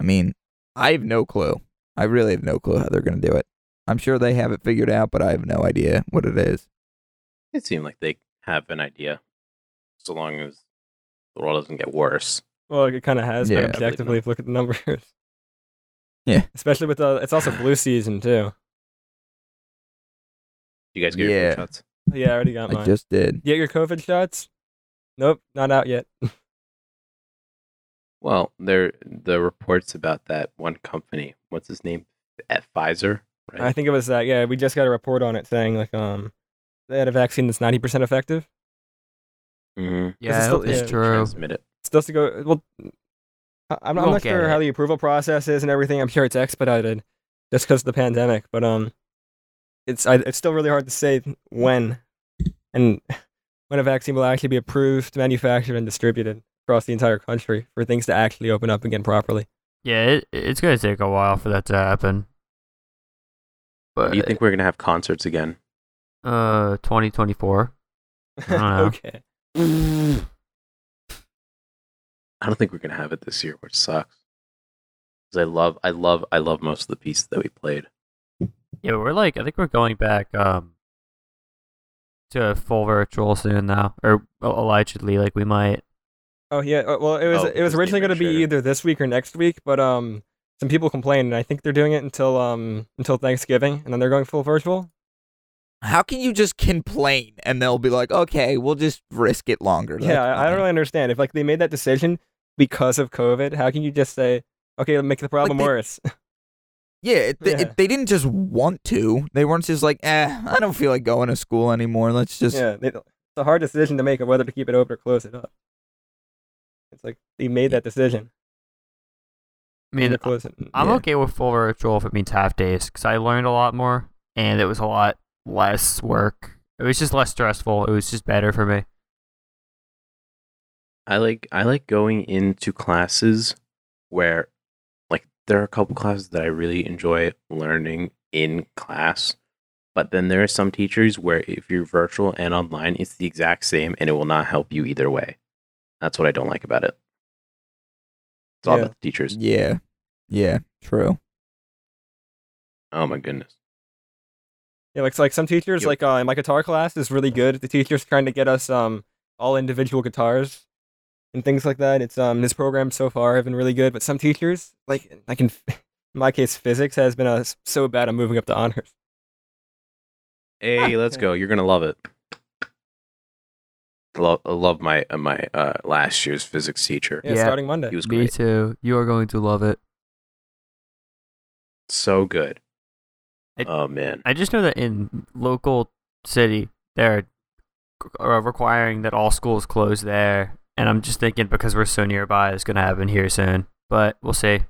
S4: I mean, I have no clue. I really have no clue how they're going to do it. I'm sure they have it figured out, but I have no idea what it is.
S1: It seemed like they have an idea, so long as the world doesn't get worse.
S2: well, it kind of has
S4: Yeah, I
S2: been
S4: believe
S2: objectively if you look at the numbers. (laughs)
S4: Yeah.
S2: Especially with the it's also blue season too.
S1: You guys get your
S4: Yeah.
S1: shots.
S2: Yeah, I already got
S4: I
S2: mine.
S4: just did.
S2: You get your COVID shots? Nope, not out yet.
S1: Well, there the reports about that one company. What's his name? At Pfizer, right?
S2: I think it was that. Yeah, we just got a report on it saying like um they had a vaccine that's ninety percent effective.
S1: Mhm.
S3: Yeah,
S2: still-
S3: it's
S2: yeah.
S3: true.
S1: Transmit it.
S2: It's supposed to go well. I- I'm,
S3: You
S2: I'm
S3: won't
S2: not
S3: get
S2: sure how
S3: it.
S2: the approval process is and everything. I'm sure it's expedited just because of the pandemic, but um, it's I, it's still really hard to say when and (laughs) when a vaccine will actually be approved, manufactured, and distributed across the entire country for things to actually open up again properly. (laughs)
S3: Yeah, it, it's gonna take a while for that to happen. But
S1: Do you think we're gonna have concerts again?
S3: uh, 2024. don't know.
S2: okay.
S1: I don't think we're gonna have it this year, which sucks. 'Cause I love, I love, I love most of the pieces that we played.
S3: Yeah, we're like I think we're going back um to full virtual soon now, or well, allegedly like we might.
S2: Oh yeah. uh, Well, it was
S1: Oh,
S2: it was
S1: just the
S2: originally going to be
S1: administrator.
S2: either this week or next week, but um, some people complained, and I think they're doing it until um until Thanksgiving, and then they're going full virtual.
S4: How can you just complain and they'll be like, okay, we'll just risk it longer? um,
S2: Yeah, I, I don't really understand. If like they made that decision because of COVID, how can you just say, okay, let's make the problem
S4: they-
S2: worse? (laughs)
S4: Yeah, it, they- it-
S2: Yeah.
S4: they didn't just want to. They weren't just like, eh, I don't feel like going to school anymore. Let's just.
S2: yeah, they- it's a hard decision to make of whether to keep it open or close it up. It's like they made that decision.
S3: I mean,
S2: to close it. Mm,
S3: I'm
S4: Yeah.
S3: okay with full virtual if it means half days because I learned a lot more and it was a lot less work. It was just less stressful. It was just better for me.
S1: I like, I like going into classes where, like, there are a couple classes that I really enjoy learning in class, but then there are some teachers where if you're virtual and online, it's the exact same, and it will not help you either way. That's what I don't like about it. It's all
S2: Yeah.
S1: about the teachers.
S4: Yeah. Yeah. True.
S1: Oh my goodness.
S2: Yeah, like, so, like some teachers,
S1: Yo-
S2: like uh, in my guitar class, is really good. The teacher's trying to get us um all individual guitars and things like that. It's um this program so far have been really good, but some teachers, like like in, (laughs) in my case, physics has been uh, so bad. I'm moving up to honors.
S1: Hey, let's
S2: Yeah.
S1: go. You're gonna love it. I love, I love my uh, my uh, last year's physics teacher.
S2: Yeah,
S3: Yeah.
S2: starting Monday.
S1: He was
S3: Me
S1: great.
S3: too. You are going to love it.
S1: So good.
S3: I-
S1: oh man.
S3: I just know that in local city there are uh, requiring that all schools close there, and I'm just thinking because we're so nearby, it's gonna happen here soon. But we'll see.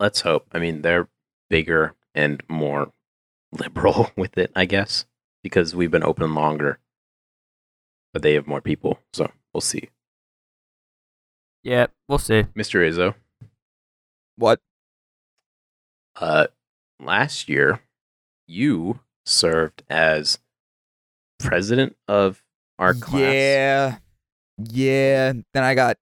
S1: Let's hope. I mean, they're bigger and more liberal (laughs) with it, I guess, because we've been open longer, but they have more people. So we'll see.
S3: Yeah, we'll see.
S1: Mr. Izzo,
S4: What?
S1: uh, last year you served as president of our class.
S4: Yeah. Yeah. Then I got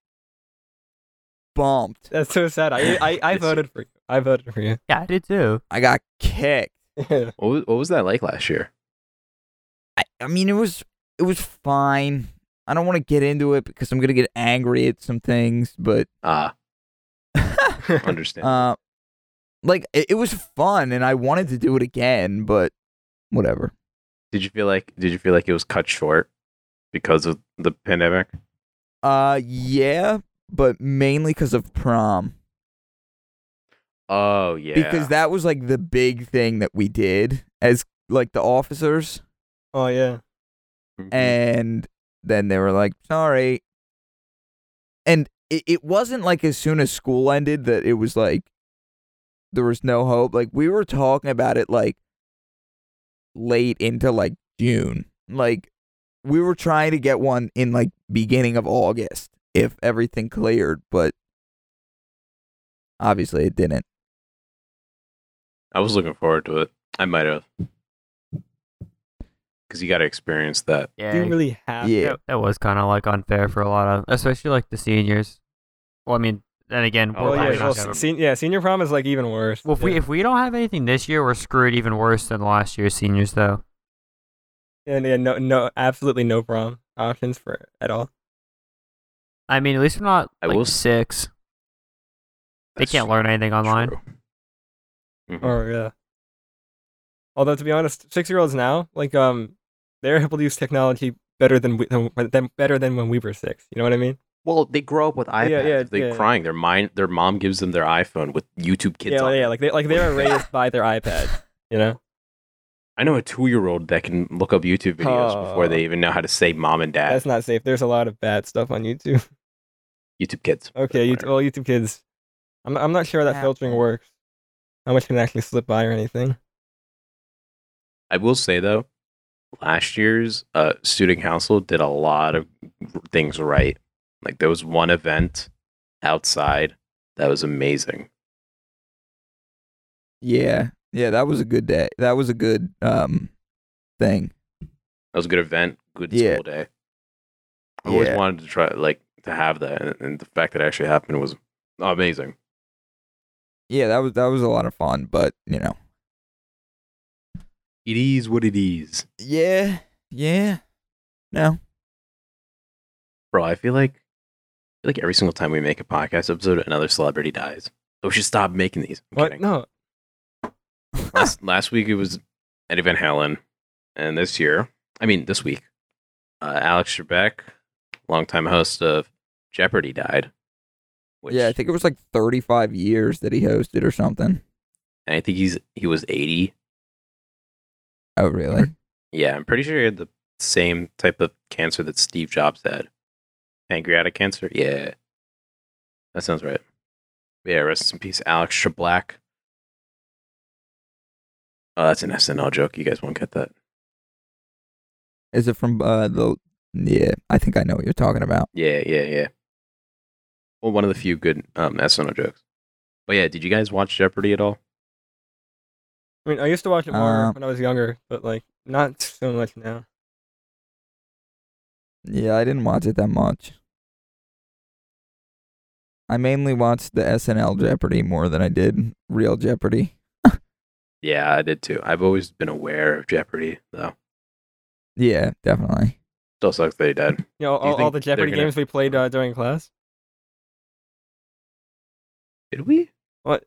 S4: bumped.
S2: That's so sad. I
S1: (laughs)
S2: I, I
S1: It's-
S2: voted for you. I voted for you.
S3: Yeah, I did too.
S4: I got kicked.
S1: What was, what was that like last year?
S4: I, I mean, it was it was fine. I don't want to get into it because I'm gonna get angry at some things, but
S1: Ah, understand.
S4: (laughs) uh, like it, it was fun, and I wanted to do it again, but whatever.
S1: did you feel like did you feel like it was cut short because of the pandemic?
S4: Uh, yeah, but mainly because of prom,
S1: Oh yeah,
S4: because that was like the big thing that we did as like the officers,
S2: (laughs) oh yeah.
S1: Mhm.
S4: and then they were like, sorry, and it, it wasn't like as soon as school ended that it was like there was no hope. Like we were talking about it like late into like June, like we were trying to get one in like beginning of August if everything cleared, but obviously it didn't.
S1: I was looking forward to it. I might have because you got to experience that.
S3: Yeah,
S2: Do you really have?
S4: Yeah.
S3: that, that was kind of like unfair for a lot of, especially like the seniors. Well, I mean, then again,
S1: Oh,
S2: Well,
S1: probably
S2: yeah.
S1: not
S2: Well,
S1: gonna-
S2: se- yeah. Senior prom is like even worse.
S3: Well, if we
S2: Yeah.
S3: if we don't have anything this year, we're screwed even worse than last year's seniors, though.
S2: and yeah, no, no, absolutely no prom options for it at all.
S3: I mean, at least we're not
S1: I
S3: like
S1: will s-
S3: six. They
S1: That's
S3: can't learn anything online.
S1: true. Mhm.
S2: Or yeah. Although to be honest, six year olds now, like um, they're able to use technology better than we, than, than better than when we were six. You know what I mean?
S1: Well, they grow up with iPads.
S2: yeah,
S1: If they're
S2: yeah.
S1: crying. Their mind, their mom gives them their iPhone with YouTube Kids.
S2: yeah,
S1: on
S2: yeah.
S1: it.
S2: Like they like they were raised by their iPad.
S1: (laughs)
S2: You know?
S1: I know a two-year-old that can look up YouTube videos before they
S2: Oh.
S1: even know how to say mom and dad.
S2: That's not safe. There's a lot of bad stuff on YouTube.
S1: YouTube Kids.
S2: Okay, YouTube,
S1: Whatever.
S2: well, YouTube Kids. I'm I'm not sure that
S4: Yeah.
S2: filtering works. How much can actually slip by or anything?
S1: I will say though, last year's uh, student council did a lot of things right. Like there was one event outside that was amazing.
S4: Yeah. Yeah, that was a good day. That was a good um thing.
S1: That was a good event. Good
S4: Yeah.
S1: school day. I always
S4: Yeah.
S1: wanted to try like to have that, and, and the fact that it actually happened was amazing.
S4: Yeah, that was that was a lot of fun, but you know.
S1: It is what it is.
S4: Yeah. Yeah. No.
S1: Bro, I feel like I feel like every single time we make a podcast episode, another celebrity dies. So we should stop making these. I'm
S2: What?
S1: kidding.
S2: No.
S1: last last week it was Eddie Van Halen, and this year, I mean this week, uh, Alex Trebek, longtime host of Jeopardy, died. Which,
S4: yeah, I think it was like 35 years that he hosted or something.
S1: and I think he's he was eighty.
S4: Oh, really?
S1: Yeah, I'm pretty sure he had the same type of cancer that Steve Jobs had, pancreatic cancer. Yeah, that sounds right. Yeah, rest in peace, Alex Trebek. Oh, that's an SNL joke. You guys won't get that.
S4: Is it from uh the Yeah, I think I know what you're talking about.
S1: Yeah, yeah, yeah. Well, one of the few good um, SNL jokes. But yeah, did you guys watch Jeopardy at all?
S2: I mean, I used to watch it more
S4: Uh,
S2: when I was younger, but like not so much now.
S4: Yeah, I didn't watch it that much. I mainly watched the SNL Jeopardy more than I did real Jeopardy.
S1: Yeah, I did too. I've always been aware of Jeopardy, though.
S4: Yeah, definitely.
S1: Still sucks that he died.
S2: You know,
S1: Do you
S2: all, all
S1: think
S2: the
S1: they're
S2: Jeopardy
S1: gonna-
S2: games we played uh, during class.
S1: Did we?
S2: A-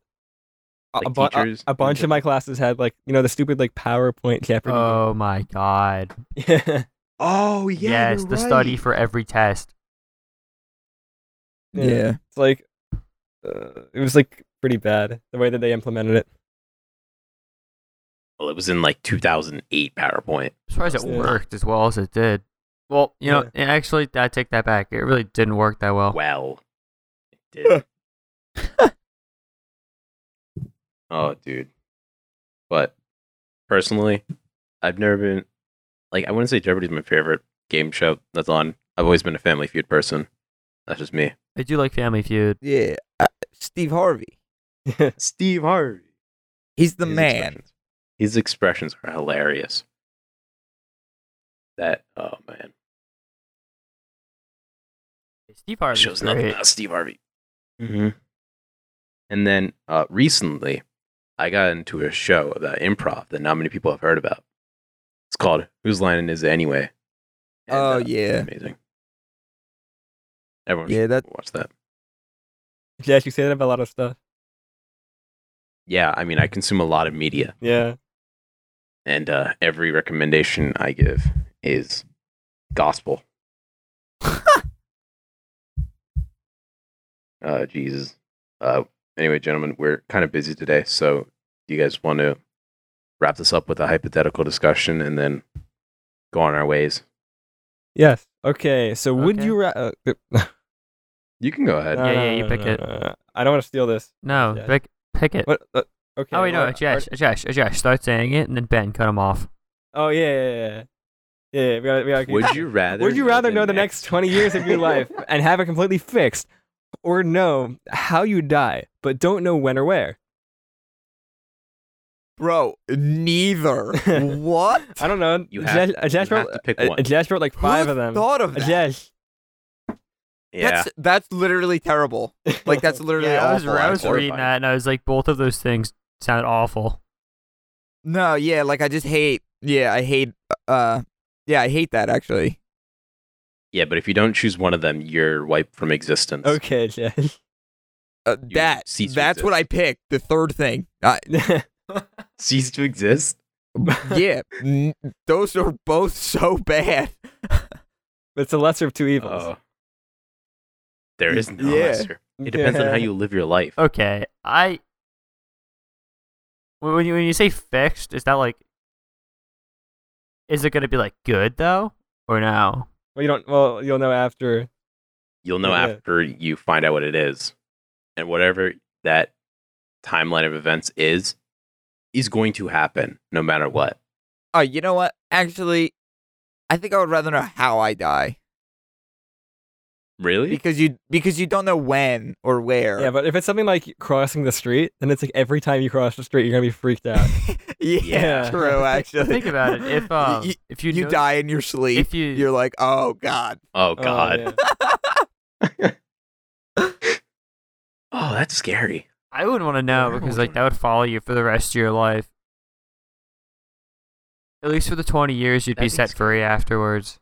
S2: a,
S1: Like
S2: bu- a-
S1: teachers
S2: a,
S1: and
S2: bunch
S1: the-
S2: of my classes had like you know the stupid like PowerPoint Jeopardy.
S3: Oh my god!
S2: (laughs) yeah.
S1: Oh
S3: yes, the study for every test.
S2: Yeah.
S4: yeah.
S2: It's like uh, it was like pretty bad the way that they implemented it.
S1: Well, it was in like 2008 PowerPoint.
S3: That's surprised it
S2: Yeah.
S3: worked as well as it did. Well, you know,
S2: Yeah.
S3: and actually, I take that back. It really didn't work that
S1: Oh.
S3: well.
S1: Well, it did. oh, dude. But personally, I've never been like I wouldn't say Jeopardy's my favorite game show that's on. I've always been a Family Feud person. That's just me.
S3: I do like Family Feud.
S4: Yeah, uh, Steve Harvey.
S2: (laughs)
S1: Steve Harvey.
S4: He's the
S1: His
S4: man.
S1: expressions- His expressions are hilarious. That oh man,
S3: Steve Harvey
S1: shows nothing about Steve Harvey. Mm-hmm. And then uh, recently, I got into a show about improv that not many people have heard about. It's called "Whose Line Is It Anyway."
S4: Oh,
S1: it's
S4: yeah.
S1: amazing. Everyone
S4: Yeah,
S1: should
S4: that-
S1: watch that.
S2: Yeah, you say that about a lot of stuff.
S1: Yeah, I mean, I consume a lot of media,
S2: Yeah.
S1: and uh, every recommendation I give is gospel. Uh, Jesus. Uh, anyway, gentlemen, we're kind of busy today, so do you guys want to wrap this up with a hypothetical discussion and then go on our ways?
S2: Yes. Okay. So would
S3: Okay.
S2: you ra- uh, uh,
S1: You can go ahead.
S2: no,
S3: Yeah,
S2: no,
S3: yeah, you
S2: no,
S3: pick
S2: no,
S3: it.
S2: no, no. uh, I don't want to steal this.
S3: No,
S2: Yeah.
S3: pick, pick it.
S2: What? Uh, okay.
S3: oh, wait, no,
S2: what-
S3: Josh, Josh, Josh, start saying it, and then Ben, cut him off.
S2: Oh yeah, yeah, yeah, yeah. yeah we gotta, we gotta keep-
S1: Would you rather?
S2: (laughs) Would you rather know the next 20 years
S1: (laughs)
S2: of your life and have it completely fixed or know how you die but don't know when or where?
S4: Bro, neither. what?
S2: I don't know.
S1: You have-
S2: Jess- Jess
S1: you
S2: wrote,
S1: have to pick
S2: uh,
S1: one.
S2: Jess wrote like five
S4: Who
S2: of them.
S4: Thought of that.
S2: Jess.
S1: Yeah.
S4: That's that's literally terrible.
S3: (laughs)
S4: Like that's literally
S3: yeah, I was,
S4: awful.
S3: I was
S1: horrifying.
S3: reading that, and I was like, both of those things sound awful.
S4: No, yeah, like I just hate. Yeah, I hate. Uh, yeah, I hate that actually.
S1: Yeah, but if you don't choose one of them, you're wiped from existence.
S2: Okay, Jess.
S4: Uh,
S1: You
S4: that
S1: cease to
S4: that's what I picked. The third thing.
S3: (laughs)
S4: Uh,
S1: Cease to exist.
S4: yeah, n- those are both so bad.
S2: (laughs) it's the lesser of two evils.
S1: Oh. There is no
S4: Yeah.
S1: answer. It depends on how you live your life.
S3: Okay, I. When when you, when you say fixed, is that like. Is it going to be like good, though? Or no?
S2: Well, you don't. Well, you'll know after.
S1: You'll know
S2: Yeah.
S1: after you find out what it is. And whatever that timeline of events is, is going to happen no matter what.
S4: Oh, you know what? Actually, I think I would rather know how I die
S1: Really?
S4: because you because you don't know when or
S1: Er.
S4: where.
S2: Yeah, but if it's something like crossing the street, then it's like every time you cross the street, you're gonna be freaked out.
S4: (laughs) yeah,
S3: (laughs)
S2: Yeah.
S4: true. Actually,
S3: Think about it.
S2: (laughs)
S3: If, um,
S4: (laughs) you,
S3: if you,
S4: you
S3: know-
S4: die in your sleep,
S3: If you,
S4: you're like, oh god.
S1: oh (laughs)
S2: Oh,
S1: god.
S2: yeah.
S1: Oh, that's scary.
S3: I wouldn't want to know
S1: I
S3: because
S1: would
S3: like that would follow you for the rest of your life. At least for the twenty years, you'd be
S1: That'd be
S3: set free afterwards.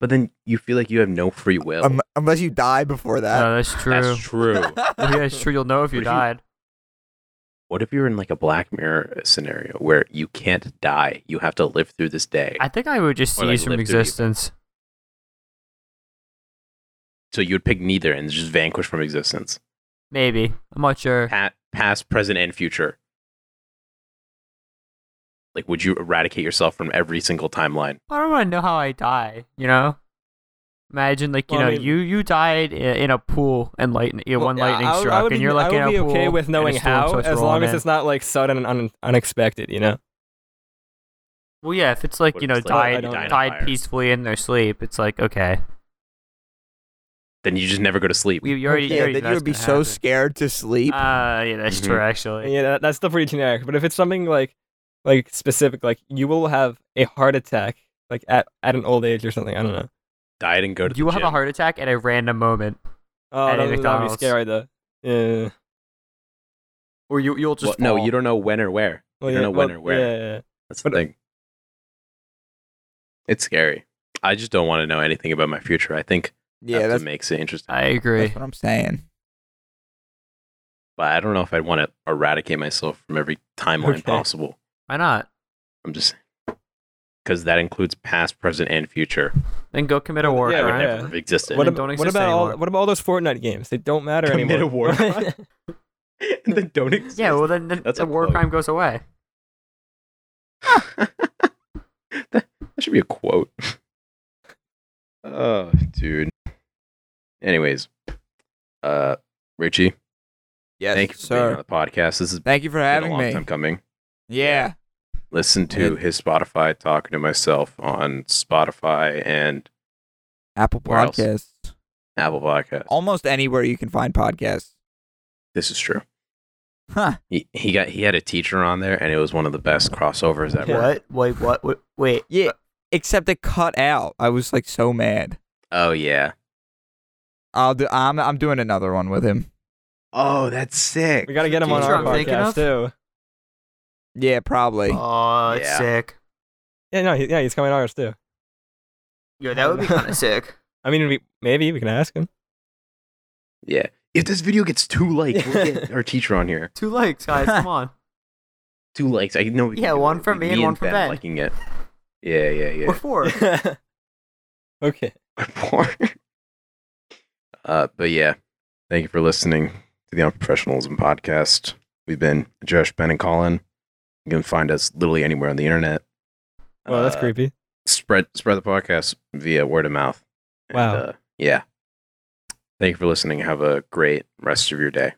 S1: But then you feel like you have no free will.
S4: Um, unless you die before that.
S3: no, that's true.
S1: that's true.
S3: (laughs) Yeah, that's true. You'll know if you
S1: What if you-
S2: (laughs)
S3: died.
S1: what if you're in like a black mirror scenario where you can't die? You have to live through this day.
S3: I think I would just
S1: Or,
S3: cease
S1: like,
S3: from
S1: live through evil.
S3: existence.
S1: so you would pick neither and just vanquish from existence.
S3: Maybe I'm not sure.
S1: Pat, past, present, and future. Like, would you eradicate yourself from every single timeline?
S3: I don't want to know how I die. You know, imagine like you
S2: Well, I
S3: know
S2: mean-
S3: you you died i- in a pool and lightning you know,
S2: Well,
S3: one lightning
S2: I would- I
S3: struck
S2: would
S3: and
S2: be-
S3: you're like
S2: I would
S3: in a
S2: be
S3: pool.
S2: okay with
S3: and a
S2: knowing
S3: storm
S2: how,
S3: starts
S2: as long
S3: rolling
S2: as
S3: in.
S2: it's not like sudden and un- unexpected. You know.
S3: well, yeah. If it's like
S1: What
S3: you
S1: if
S3: know
S1: it's, like,
S2: I
S3: died
S2: don't know.
S3: died peacefully in their sleep, it's like okay,
S1: then you just never go to sleep.
S3: you, you already you
S4: yeah,
S3: already
S4: then
S3: know
S4: you
S3: that's
S4: would be
S3: gonna
S4: so
S3: happen.
S4: scared to sleep.
S3: Uh, yeah, that's true.
S1: Mhm.
S3: Actually,
S2: Yeah, that, that's still pretty generic. But if it's something like like specific, like you will have a heart attack like at, at an old age or something. I don't know.
S1: diet and go to
S3: you
S1: the
S3: will have a
S1: gym.
S3: heart attack at a random moment,
S2: Oh,
S3: At
S2: that,
S3: a
S2: that would
S3: McDonald's.
S2: be scary though. Yeah.
S3: or you you'll just
S1: Well, no, you don't know when or where.
S2: Well,
S1: you
S2: yeah,
S1: don't know when
S2: well,
S1: or where.
S2: Yeah, yeah.
S1: That's the
S2: But-
S1: thing. It's scary. I just don't want to know anything about my future. I think
S4: yeah,
S1: that's
S4: that's,
S1: what makes it interesting.
S3: I agree.
S4: that's what I'm saying.
S1: But I don't know if I'd want to eradicate myself from every timeline
S2: Okay.
S1: possible.
S3: Why not?
S1: I'm just because that includes past, present, and future.
S3: Then go commit a
S2: Well,
S3: war
S2: yeah,
S1: I would
S2: right.
S3: crime.
S1: never have existed. (laughs)
S2: What,
S3: ab-
S2: ab-
S3: don't
S2: what
S3: exist
S2: about all
S3: anymore.
S2: what about all those Fortnite games? They don't matter
S1: Commit
S2: anymore.
S1: a war
S3: (laughs)
S1: crime. and then don't exist.
S3: Yeah, well then the,
S1: That's
S3: the
S1: a
S3: war
S1: plug.
S3: crime goes away.
S1: should be a quote. (laughs) oh, dude. Anyways, uh, Richie,
S4: Yes,
S1: thank you for being on
S4: sir.
S1: the podcast. This has
S4: Thank you for
S1: been a
S4: having
S1: long
S4: me.
S1: time coming.
S4: Yeah.
S1: Listen to
S4: It-
S1: his Spotify talking to myself on Spotify and
S4: Apple
S1: Where else?
S4: Podcasts.
S1: Apple Podcast.
S4: Almost anywhere you can find podcasts.
S1: This is true.
S4: Huh.
S1: He he got he had a teacher on there, and it was one of the best crossovers ever.
S3: What? Wait, what? Wait, wait.
S4: Yeah. Except it cut out. I was like so mad.
S1: Oh yeah.
S4: I'll do I'm I'm doing another one with him.
S1: Oh, that's sick.
S2: (laughs) We gotta get him on
S3: Teacher
S2: our
S3: I'm thinking
S2: podcast
S3: of?
S2: too.
S4: Yeah, probably.
S3: Oh, that's
S1: Yeah.
S3: sick.
S2: Yeah, no, he, yeah, he's coming on ours too.
S3: Yo, that would
S1: (laughs)
S3: be kind of sick.
S2: I mean, we, maybe we can ask him.
S1: Yeah. If this video gets two likes, we'll
S2: (laughs)
S1: get our teacher on here.
S3: Two likes, guys. Come on.
S1: Two likes. I know. we can
S3: Yeah,
S1: do
S3: one
S1: it.
S3: for me and one for
S1: Ben
S3: Ben.
S1: Liking it. Yeah, yeah, (laughs) yeah.
S3: We're four.
S2: (laughs) okay.
S3: (laughs)
S1: porn. uh, but yeah, thank you for listening to the Unprofessionalism podcast. We've been Josh, Ben, and Colin. You can find us literally anywhere on the internet.
S2: Well, that's
S1: Uh,
S2: creepy.
S1: Spread spread the podcast via word of mouth.
S2: Wow.
S1: uh, yeah. Thank you for listening. Have a great rest of your day.